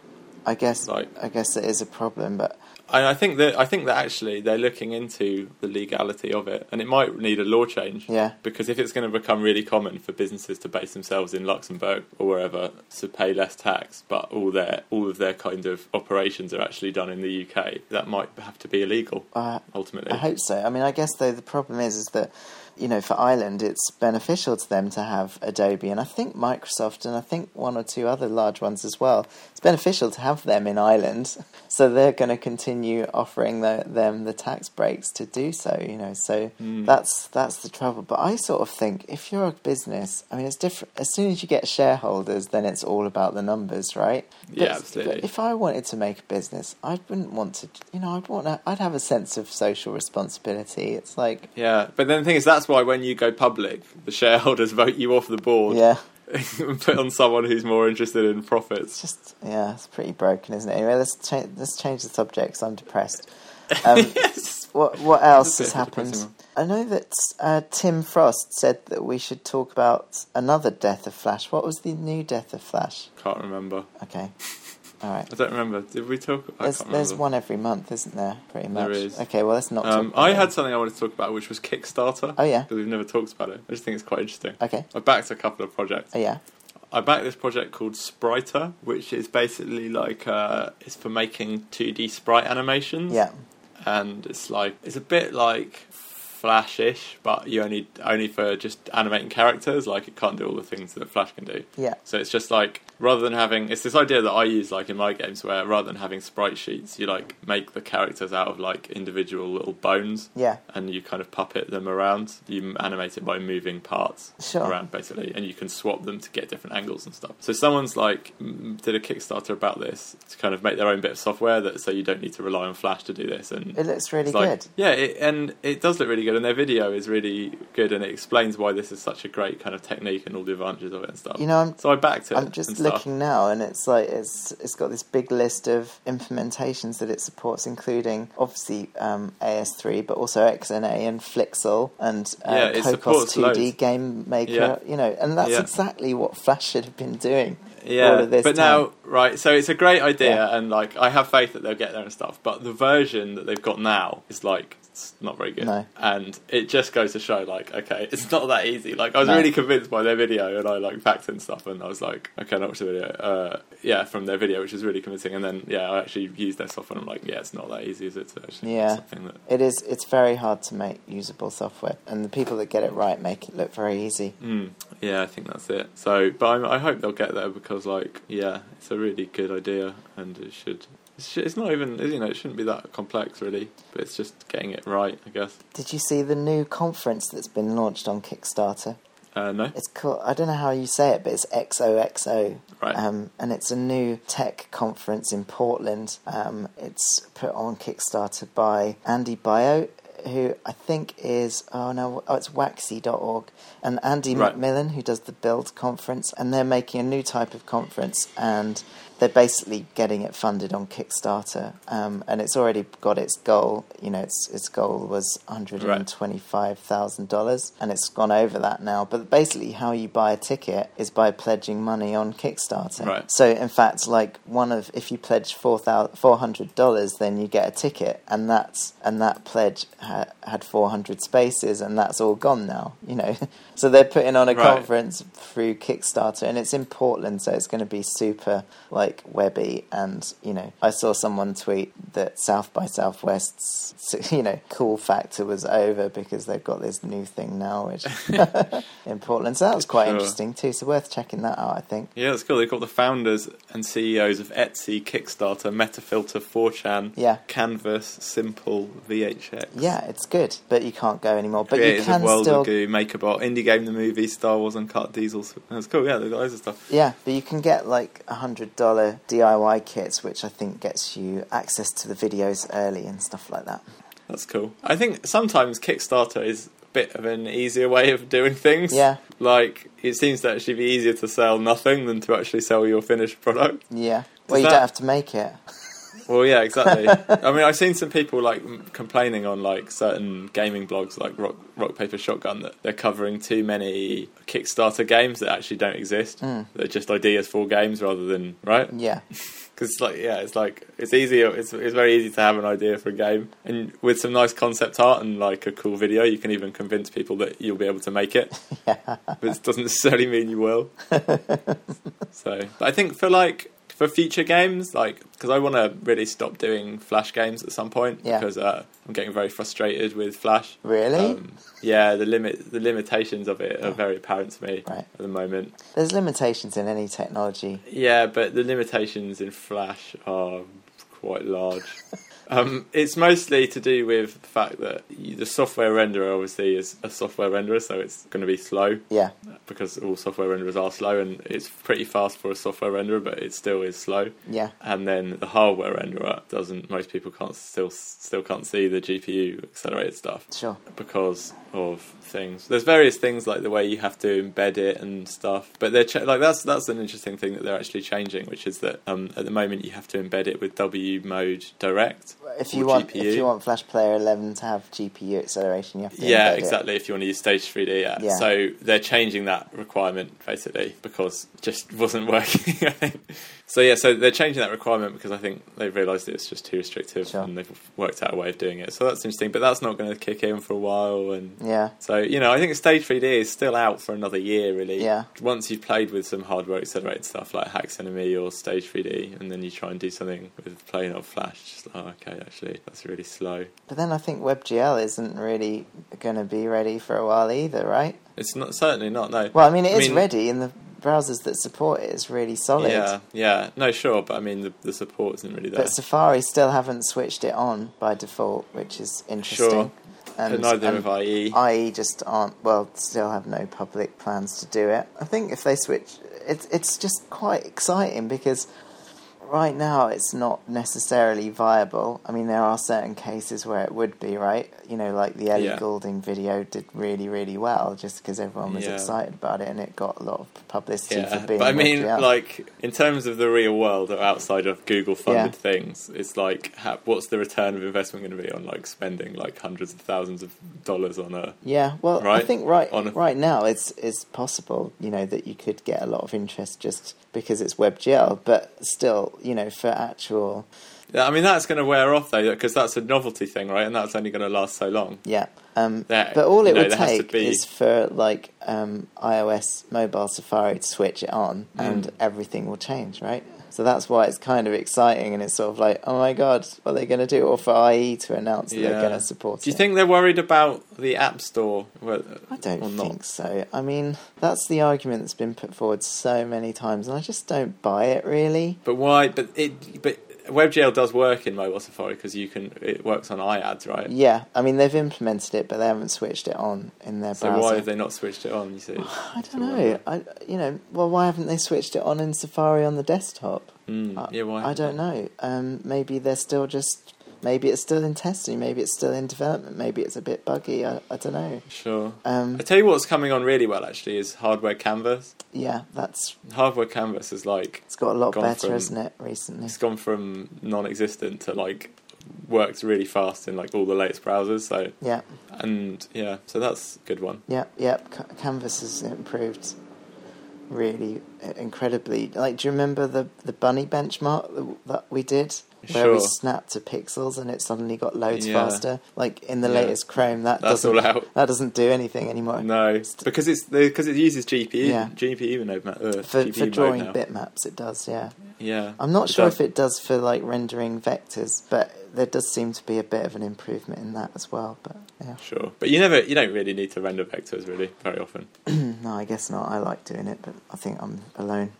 B: I guess,
A: Like-
B: I guess it is a problem, but
A: And I think that I think that actually they're looking into the legality of it, and it might need a law change.
B: Yeah.
A: Because if it's going to become really common for businesses to base themselves in Luxembourg or wherever to pay less tax, but all their all of their kind of operations are actually done in the UK, that might have to be illegal
B: uh,
A: ultimately.
B: I hope so. I mean, I guess though the problem is, is that you know for Ireland it's beneficial to them to have Adobe and I think Microsoft and I think one or two other large ones as well. It's beneficial to have them in Ireland, [LAUGHS] so they're going to continue offering the, them the tax breaks to do so. You know, so that's that's the trouble. But I sort of think if you're a business, I mean, it's different. As soon as you get shareholders, then it's all about the numbers, right?
A: Yeah,
B: But-
A: absolutely.
B: but if I wanted to make a business, I wouldn't want to. You know, I'd want. To, I'd have a sense of social responsibility. It's like,
A: yeah, but then the thing is, that's why when you go public, the shareholders [LAUGHS] vote you off the board
B: yeah,
A: [LAUGHS] and put on someone who's more interested in
B: it's
A: profits.
B: just yeah, it's pretty broken, isn't it? Anyway, let's cha- let's change the subject. Cause
A: [LAUGHS]
B: I'm depressed. Um,
A: Yes.
B: what what else has
A: That's a bit of a depressing one.
B: happened? I know that uh, Tim Frost said that we should talk about another death of Flash. What was the new death of Flash?
A: Can't remember.
B: Okay, all right.
A: I don't remember. Did we talk? I
B: There's
A: can't
B: there's
A: remember.
B: one every month, isn't there? Pretty much.
A: There is.
B: Okay, well, let's not. talk
A: Um,
B: about
A: I
B: it.
A: had something I wanted to talk about, which was Kickstarter.
B: Oh, yeah.
A: because we've never talked about it. I just think it's quite interesting.
B: Okay.
A: I backed a couple of projects.
B: Oh, yeah.
A: I backed this project called Spriter, which is basically like uh, it's for making two D sprite animations.
B: Yeah.
A: and it's like it's a bit like Flash-ish, but you only only for just animating characters. Like it can't do all the things that Flash can do.
B: Yeah.
A: So it's just like rather than having it's this idea that I use like in my games where rather than having sprite sheets, you like make the characters out of like individual little bones
B: Yeah.
A: and you kind of puppet them around. You m- animate it by moving parts
B: Sure.
A: around, basically, and you can swap them to get different angles and stuff. So someone's like mm, did a Kickstarter about this to kind of make their own bit of software that so you don't need to rely on Flash to do this. And
B: It looks really
A: it's like-
B: good.
A: Yeah, it, and it does look really good, and their video is really good, and it explains why this is such a great kind of technique and all the advantages of it and stuff.
B: You know, I'm
A: so I backed it.
B: I'm just
A: and stuff.
B: looking now, and it's like it's it's got this big list of implementations that it supports, including obviously um, AS3, but also XNA and Flixel and
A: Yeah,
B: uh,
A: it
B: Cocos
A: supports
B: 2D
A: loads.
B: Game Maker.
A: Yeah.
B: You know, and that's
A: Yeah.
B: exactly what Flash should have been doing.
A: yeah,
B: all of this
A: but
B: time.
A: now right, so it's a great idea,
B: Yeah.
A: and like I have faith that they'll get there and stuff. But the version that they've got now is like it's not very good,
B: No.
A: and it just goes to show like okay, it's not that easy. Like I was
B: No.
A: really convinced by their video, and I like backed it and stuff, and I was like okay, I watched the video, uh, yeah, from their video, which was really convincing, and then yeah, I actually used their software, and I'm like yeah, it's not that easy, is it? To actually make
B: Yeah.
A: something that
B: It is. It's very hard to make usable software, and the people that get it right make it look very easy.
A: Mm, yeah, I think that's it. So, but I'm, I hope they'll get there because, like, yeah, it's a really good idea, and it should. it should- It's not even, you know, it shouldn't be that complex, really. But it's just getting it right, I guess.
B: Did you see the new conference that's been launched on Kickstarter?
A: Uh, no,
B: It's called. I don't know how you say it, but it's XOXO.
A: Right.
B: Um, and it's a new tech conference in Portland. Um, it's put on Kickstarter by Andy Bio, who I think is oh no, oh, it's Waxy.org, and Andy
A: Right.
B: Macmillan, who does the Build conference, and they're making a new type of conference and. They're basically getting it funded on Kickstarter, um, and it's already got its goal. You know, its its goal was one hundred and twenty-five thousand dollars, and it's gone over that now. But basically, how you buy a ticket is by pledging money on Kickstarter.
A: Right.
B: So in fact, like one of if you pledge four hundred dollars, then you get a ticket, and that's and that pledge ha- ha- had 400 spaces, and that's all gone now. You know, [LAUGHS] so they're putting on a
A: Right.
B: conference through Kickstarter, and it's in Portland, so it's going to be super like webby. And you know, I saw someone tweet that South by Southwest's [LAUGHS] you know cool factor was over because they've got this new thing
A: [LAUGHS]
B: now, which [LAUGHS] in Portland. So that was quite
A: Sure.
B: interesting too. So worth checking that out, I think.
A: Yeah, that's cool. They've got the founders and CEOs of Etsy, Kickstarter, Metafilter, 4chan,
B: Yeah.
A: Canvas, Simple, VHX.
B: Yeah, it's good, but you can't go anymore. But you
A: Creators
B: can
A: of World
B: still
A: of Goo, Makerbot, Indie Game the Movie, Star Wars Uncut Diesels. That's cool, yeah, they've got loads of stuff.
B: Yeah, but you can get like a hundred dollar DIY kits, which I think gets you access to the videos early and stuff like that.
A: That's cool. I think sometimes Kickstarter is a bit of an easier way of doing things.
B: Yeah.
A: Like, it seems to actually be easier to sell nothing than to actually sell your finished product.
B: Yeah, well, you
A: that-
B: don't have to make it.
A: Well, yeah, exactly. I mean, I've seen some people like m- complaining on like certain gaming blogs, like Rock, Rock Paper Shotgun, that they're covering too many Kickstarter games that actually don't exist. They're just ideas for games rather than right.
B: Yeah,
A: Because like, yeah, it's like it's easier. It's it's very easy to have an idea for a game, and with some nice concept art and like a cool video, you can even convince people that you'll be able to make
B: [LAUGHS]
A: it. But it doesn't necessarily mean you will. so, but I think for like for future games, like because I want to really stop doing Flash games at some point
B: Yeah.
A: because uh, I'm getting very frustrated with Flash.
B: really.
A: Um, yeah, the limit the limitations of it are very apparent to me
B: Right.
A: at the moment.
B: There's limitations in any technology.
A: Yeah, but the limitations in Flash are quite large. um, it's mostly to do with the fact that you, the software renderer obviously is a software renderer, so it's going to be slow
B: Yeah,
A: because all software renderers are slow, and it's pretty fast for a software renderer, but it still is slow.
B: yeah,
A: And then the hardware renderer doesn't. Most people can't still still can't see the GPU accelerated stuff
B: sure.
A: because of things. There's various things like the way you have to embed it and stuff. But they're ch- like that's that's an interesting thing that they're actually changing, which is that um, at the moment you have to embed it with W mode direct.
B: If
A: or
B: you want,
A: GPU.
B: if you want Flash Player 11 to have GPU acceleration, you have to.
A: yeah,
B: embed it.
A: exactly. If you want to use Stage 3D, yeah.
B: Yeah.
A: So they're changing that requirement basically because it just [LAUGHS] wasn't working. I think. So yeah, so they're changing that requirement because I think they've realised it's just too restrictive
B: Sure.
A: and they've worked out a way of doing it. So that's interesting, but that's not going to kick in for a while and
B: Yeah,
A: So you know, I think Stage 3D is still out for another year, really.
B: Yeah.
A: Once you've played with some hardware accelerated stuff like Hacks Enemy or Stage 3D, and then you try and do something with plain old Flash, just like, oh, okay, actually, that's really slow.
B: but then I think WebGL isn't really going to be ready for a while either, right?
A: It's not certainly not no.
B: Well, I mean, it is
A: mean-
B: ready, and the browsers that support it is really solid.
A: Yeah, yeah, no, sure, but I mean, the, the support isn't really there.
B: But Safari still haven't switched it on by default, which is interesting.
A: Sure. But
B: And,
A: neither
B: and
A: have E. IE.
B: IE just aren't well, still have no public plans to do it. I think if they switch, it's it's just quite exciting because right now it's not necessarily viable. I mean, there are certain cases where it would be right. You know, like the Ellie
A: Yeah.
B: Goulding video did really really well just because everyone was
A: Yeah.
B: excited about it and it got a lot of publicity
A: Yeah,
B: for being.
A: but I mean,
B: WebGL.
A: like in terms of the real world or outside of Google-funded
B: Yeah.
A: things, it's like, ha- what's the return of investment going to be on like spending like hundreds of thousands of dollars on a
B: Yeah, well, I
A: Right?
B: think right
A: On a-
B: right now it's it's possible, you know, that you could get a lot of interest just because it's WebGL, but still, you know, for actual,
A: Yeah, I mean that's going to wear off though, because that's a novelty thing, right? And that's only going to last so long.
B: yeah. Um,
A: That-
B: but all
A: you
B: it
A: know,
B: would
A: there has to
B: take
A: be-
B: is for like um, iOS mobile Safari to switch it on,
A: Mm.
B: and everything will change, right? So that's why it's kind of exciting, and it's sort of like, oh my god, what are they going to do? Or for IE to announce that they're
A: Yeah.
B: going to support
A: Do you
B: it.
A: think they're worried about the App Store? Well,
B: I don't
A: or
B: think
A: not?
B: so. I mean, that's the argument that's been put forward so many times, and I just don't buy it really.
A: But why? But it. But WebGL does work in mobile Safari because you can. It works on iAds, right?
B: Yeah, I mean, they've implemented it, but they haven't switched it on in their
A: So
B: browser.
A: why have they not switched it on? You see,
B: [SIGHS] I don't know. I, you know, well, why haven't they switched it on in Safari on the desktop?
A: Mm,
B: I,
A: yeah, why
B: I don't know. Um, maybe they're still just. Maybe it's still in testing. Maybe it's still in development. Maybe it's a bit buggy. I, I don't know.
A: Sure.
B: Um,
A: I tell you what's coming on really well actually is hardware canvas.
B: yeah, that's
A: Hardware canvas is like
B: it's got a lot
A: Gone
B: better,
A: from-
B: isn't it, recently?
A: it's gone from non-existent to like works really fast in like all the latest browsers. So
B: Yeah.
A: and yeah, so that's a good one.
B: Yep, yep. Ca- Canvas has improved uh, really incredibly. Like, do you remember the the bunny benchmark that- that we did? where we
A: Sure.
B: snap to pixels and it suddenly got loads
A: Yeah.
B: faster. Like in the
A: Yeah.
B: latest Chrome, that
A: That's
B: doesn't
A: all out.
B: that doesn't do anything anymore.
A: No, because it's because it uses E, GPU
B: Yeah.
A: GPU mode. ma- Uh,
B: For,
A: GPU
B: for
A: mode
B: drawing
A: now.
B: bitmaps, it does, yeah.
A: Yeah,
B: I'm not
A: It
B: sure
A: does.
B: if it does for like rendering vectors, but there does seem to be a bit of an improvement in that as well. But yeah,
A: Sure, but you never you don't really need to render vectors really very often.
B: Mm, no, I guess not. I like doing it, but I think I'm alone.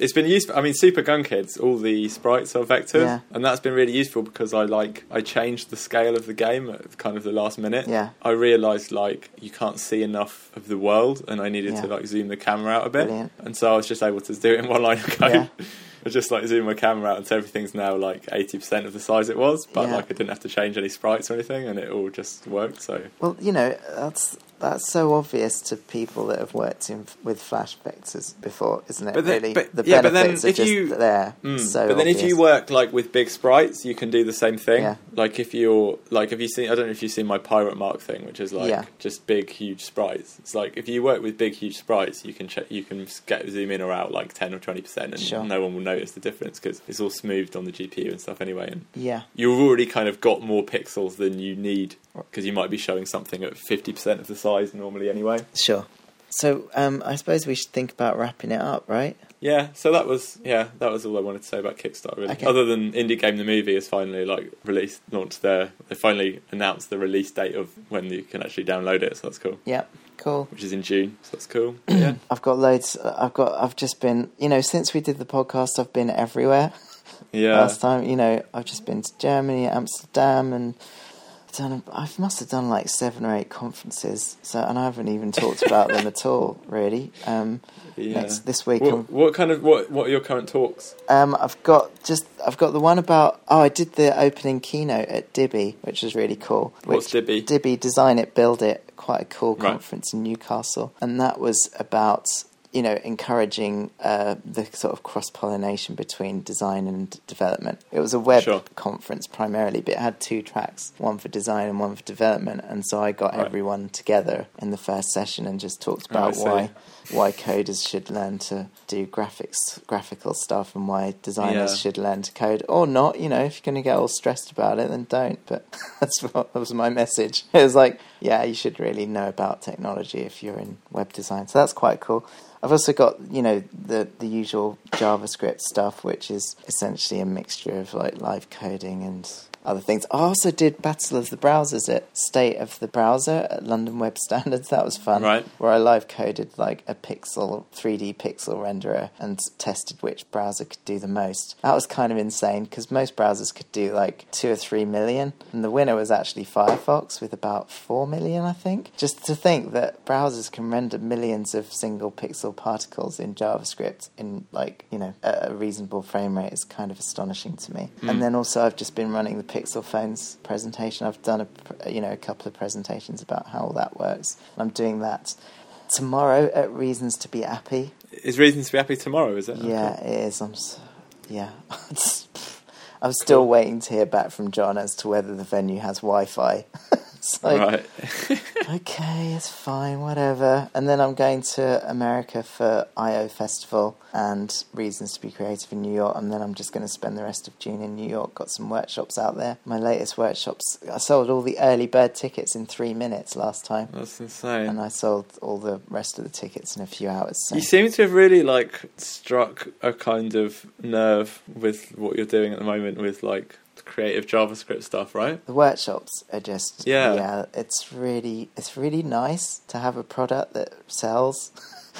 A: It's been useful. I mean, Super Gun Kids, all the sprites are vectors,
B: Yeah.
A: and that's been really useful because I like I changed the scale of the game at kind of the last minute.
B: Yeah.
A: I realised like you can't see enough of the world, and I needed to
B: Yeah.
A: like zoom the camera out a bit,
B: Brilliant.
A: and so I was just able to do it in one line of code.
B: Yeah.
A: [LAUGHS] I just like zoom my camera out, and so everything's now like eighty percent of the size it was, but
B: Yeah.
A: like I didn't have to change any sprites or anything, and it all just worked. So
B: Well, you know, that's that's so obvious to people that have worked in with flash vectors before, isn't it?
A: But then-
B: really,
A: but-
B: the
A: yeah, but then
B: benefits are
A: if
B: just
A: you-
B: there.
A: Mm.
B: So,
A: but then if
B: obvious.
A: you work like with big sprites, you can do the same thing.
B: Yeah.
A: Like if you're like have you seen I don't know if you've seen my pirate mark thing, which is like
B: Yeah.
A: just big huge sprites. It's like if you work with big huge sprites, you can check you can s- get zoom in or out like ten or twenty percent, and
B: Sure.
A: no one will notice the difference because it's all smoothed on the GPU and stuff anyway. And
B: yeah,
A: you've already kind of got more pixels than you need because you might be showing something at fifty percent of the size normally anyway.
B: sure. So, um, I suppose we should think about wrapping it up, right?
A: Yeah, so that was yeah, that was all I wanted to say about Kickstarter. Really.
B: Okay.
A: Other than Indie Game the movie has finally like released, launched their, they finally announced the release date of when you can actually download it. So that's cool.
B: Yep. Cool.
A: Which is in June. So that's
B: [CLEARS THROAT]
A: cool. yeah.
B: I've got loads. I've got. I've just been. You know, since we did the podcast, I've been everywhere.
A: Yeah.
B: Last time, you know, I've just been to Germany, Amsterdam, and I've done. I must have done like seven or eight conferences. So, and I haven't even talked about them at all, really. Um,
A: yeah.
B: next this week, I'm-
A: What, what kind of what what are your current talks?
B: um, I've got just. I've got the one about. Oh, I did the opening keynote at Dibby, which was really cool.
A: What's
B: which-
A: Dibby?
B: Dibby Design It, Build It, quite a cool
A: Right.
B: conference in Newcastle. And that was about, you know, encouraging uh, the sort of cross pollination between design and development. It was a web
A: Sure.
B: conference primarily, but it had two tracks, one for design and one for development. And so I got
A: Right.
B: everyone together in the first session and just talked
A: Oh, I
B: about
A: see.
B: why why coders should learn to do graphics graphical stuff and why designers
A: Yeah.
B: should learn to code or not you know if you're going to get all stressed about it then don't but [LAUGHS] that's what that was my message it was like yeah you should really know about technology if you're in web design so that's quite cool I've also got you know the the usual JavaScript stuff, which is essentially a mixture of like live coding and other things. I also did Battle of the Browsers at State of the Browser at London Web [LAUGHS] Standards. That was fun
A: Right.
B: where I live coded like a pixel 3D pixel renderer and tested which browser could do the most. That was kind of insane because most browsers could do like two or three million, and the winner was actually Firefox with about four million, I think. Just to think that browsers can render millions of single pixel particles in JavaScript in like you know a a reasonable frame rate is kind of astonishing to me. And then also I've just been running the Pixel phones presentation. I've done a pr- you know a couple of presentations about how all that works. And I'm doing that tomorrow at Reasons to Be Happy.
A: Is Reasons to be happy tomorrow, is it?
B: Yeah, it is. I'm s yeah. [LAUGHS] I'm still waiting to hear back from John as to whether the venue has Wi-Fi. [LAUGHS] it's like,
A: Right.
B: okay, it's fine, whatever. And then I'm going to America for IO Festival and Reasons to Be Creative in New York. And then I'm just going to spend the rest of June in New York. Got some workshops out there. My latest workshops, I sold all the early bird tickets in three minutes last time.
A: That's insane.
B: And I sold all the rest of the tickets in a few hours. So.
A: You seem to have really like struck a kind of nerve with what you're doing at the moment with like creative JavaScript stuff, right?
B: the workshops are just
A: Yeah.
B: it's really it's really nice to have a product that sells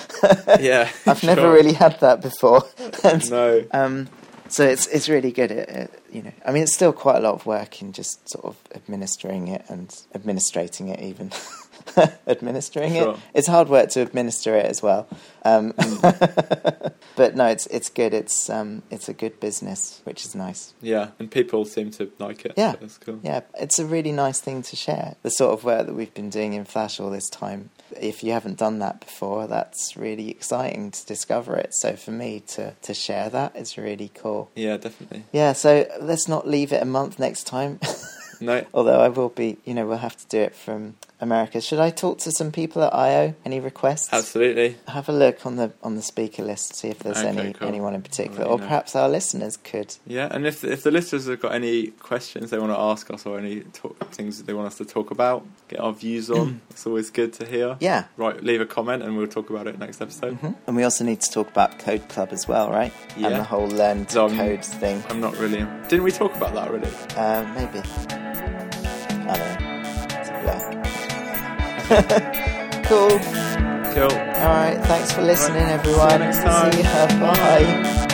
B: [LAUGHS]
A: Yeah.
B: i've never
A: Sure.
B: really had that before [LAUGHS] and,
A: No.
B: um so it's it's really good it, it, you know i mean it's still quite a lot of work in just sort of administering it and administrating it even [LAUGHS] administering
A: Sure.
B: it it's hard work to administer it as well um, [LAUGHS] but no it's it's good it's um it's a good business which is nice
A: Yeah, and people seem to like it.
B: Yeah.
A: so that's cool.
B: Yeah, it's a really nice thing to share. The sort of work that we've been doing in Flash all this time. If you haven't done that before, that's really exciting to discover it. So for me to to share that is really cool.
A: Yeah, definitely.
B: Yeah, so let's not leave it a month next time. [LAUGHS]
A: No,
B: Although I will be, you know, we'll have to do it from America. Should I talk to some people at IO? Any requests?
A: Absolutely.
B: Have a look on the on the speaker list, see if there's
A: Okay,
B: any
A: cool.
B: anyone in particular,
A: you
B: or
A: know.
B: perhaps our listeners could.
A: Yeah, and if if the listeners have got any questions they want to ask us or any talk, things that they want us to talk about, get our views
B: [CLEARS THROAT]
A: on, it's always good to hear.
B: Yeah. Mm-hmm.
A: Right, leave a comment and we'll talk about it next episode.
B: And we also need to talk about Code Club as well, right? And
A: Yeah.
B: the whole learn to
A: Um,
B: code thing.
A: I'm not really. Didn't we talk about that already?
B: Uh, maybe. I don't know. It's a blur. cool.
A: Cool.
B: [LAUGHS] All right. Thanks for listening,
A: All right, see you
B: everyone.
A: next time.
B: See ya. Bye.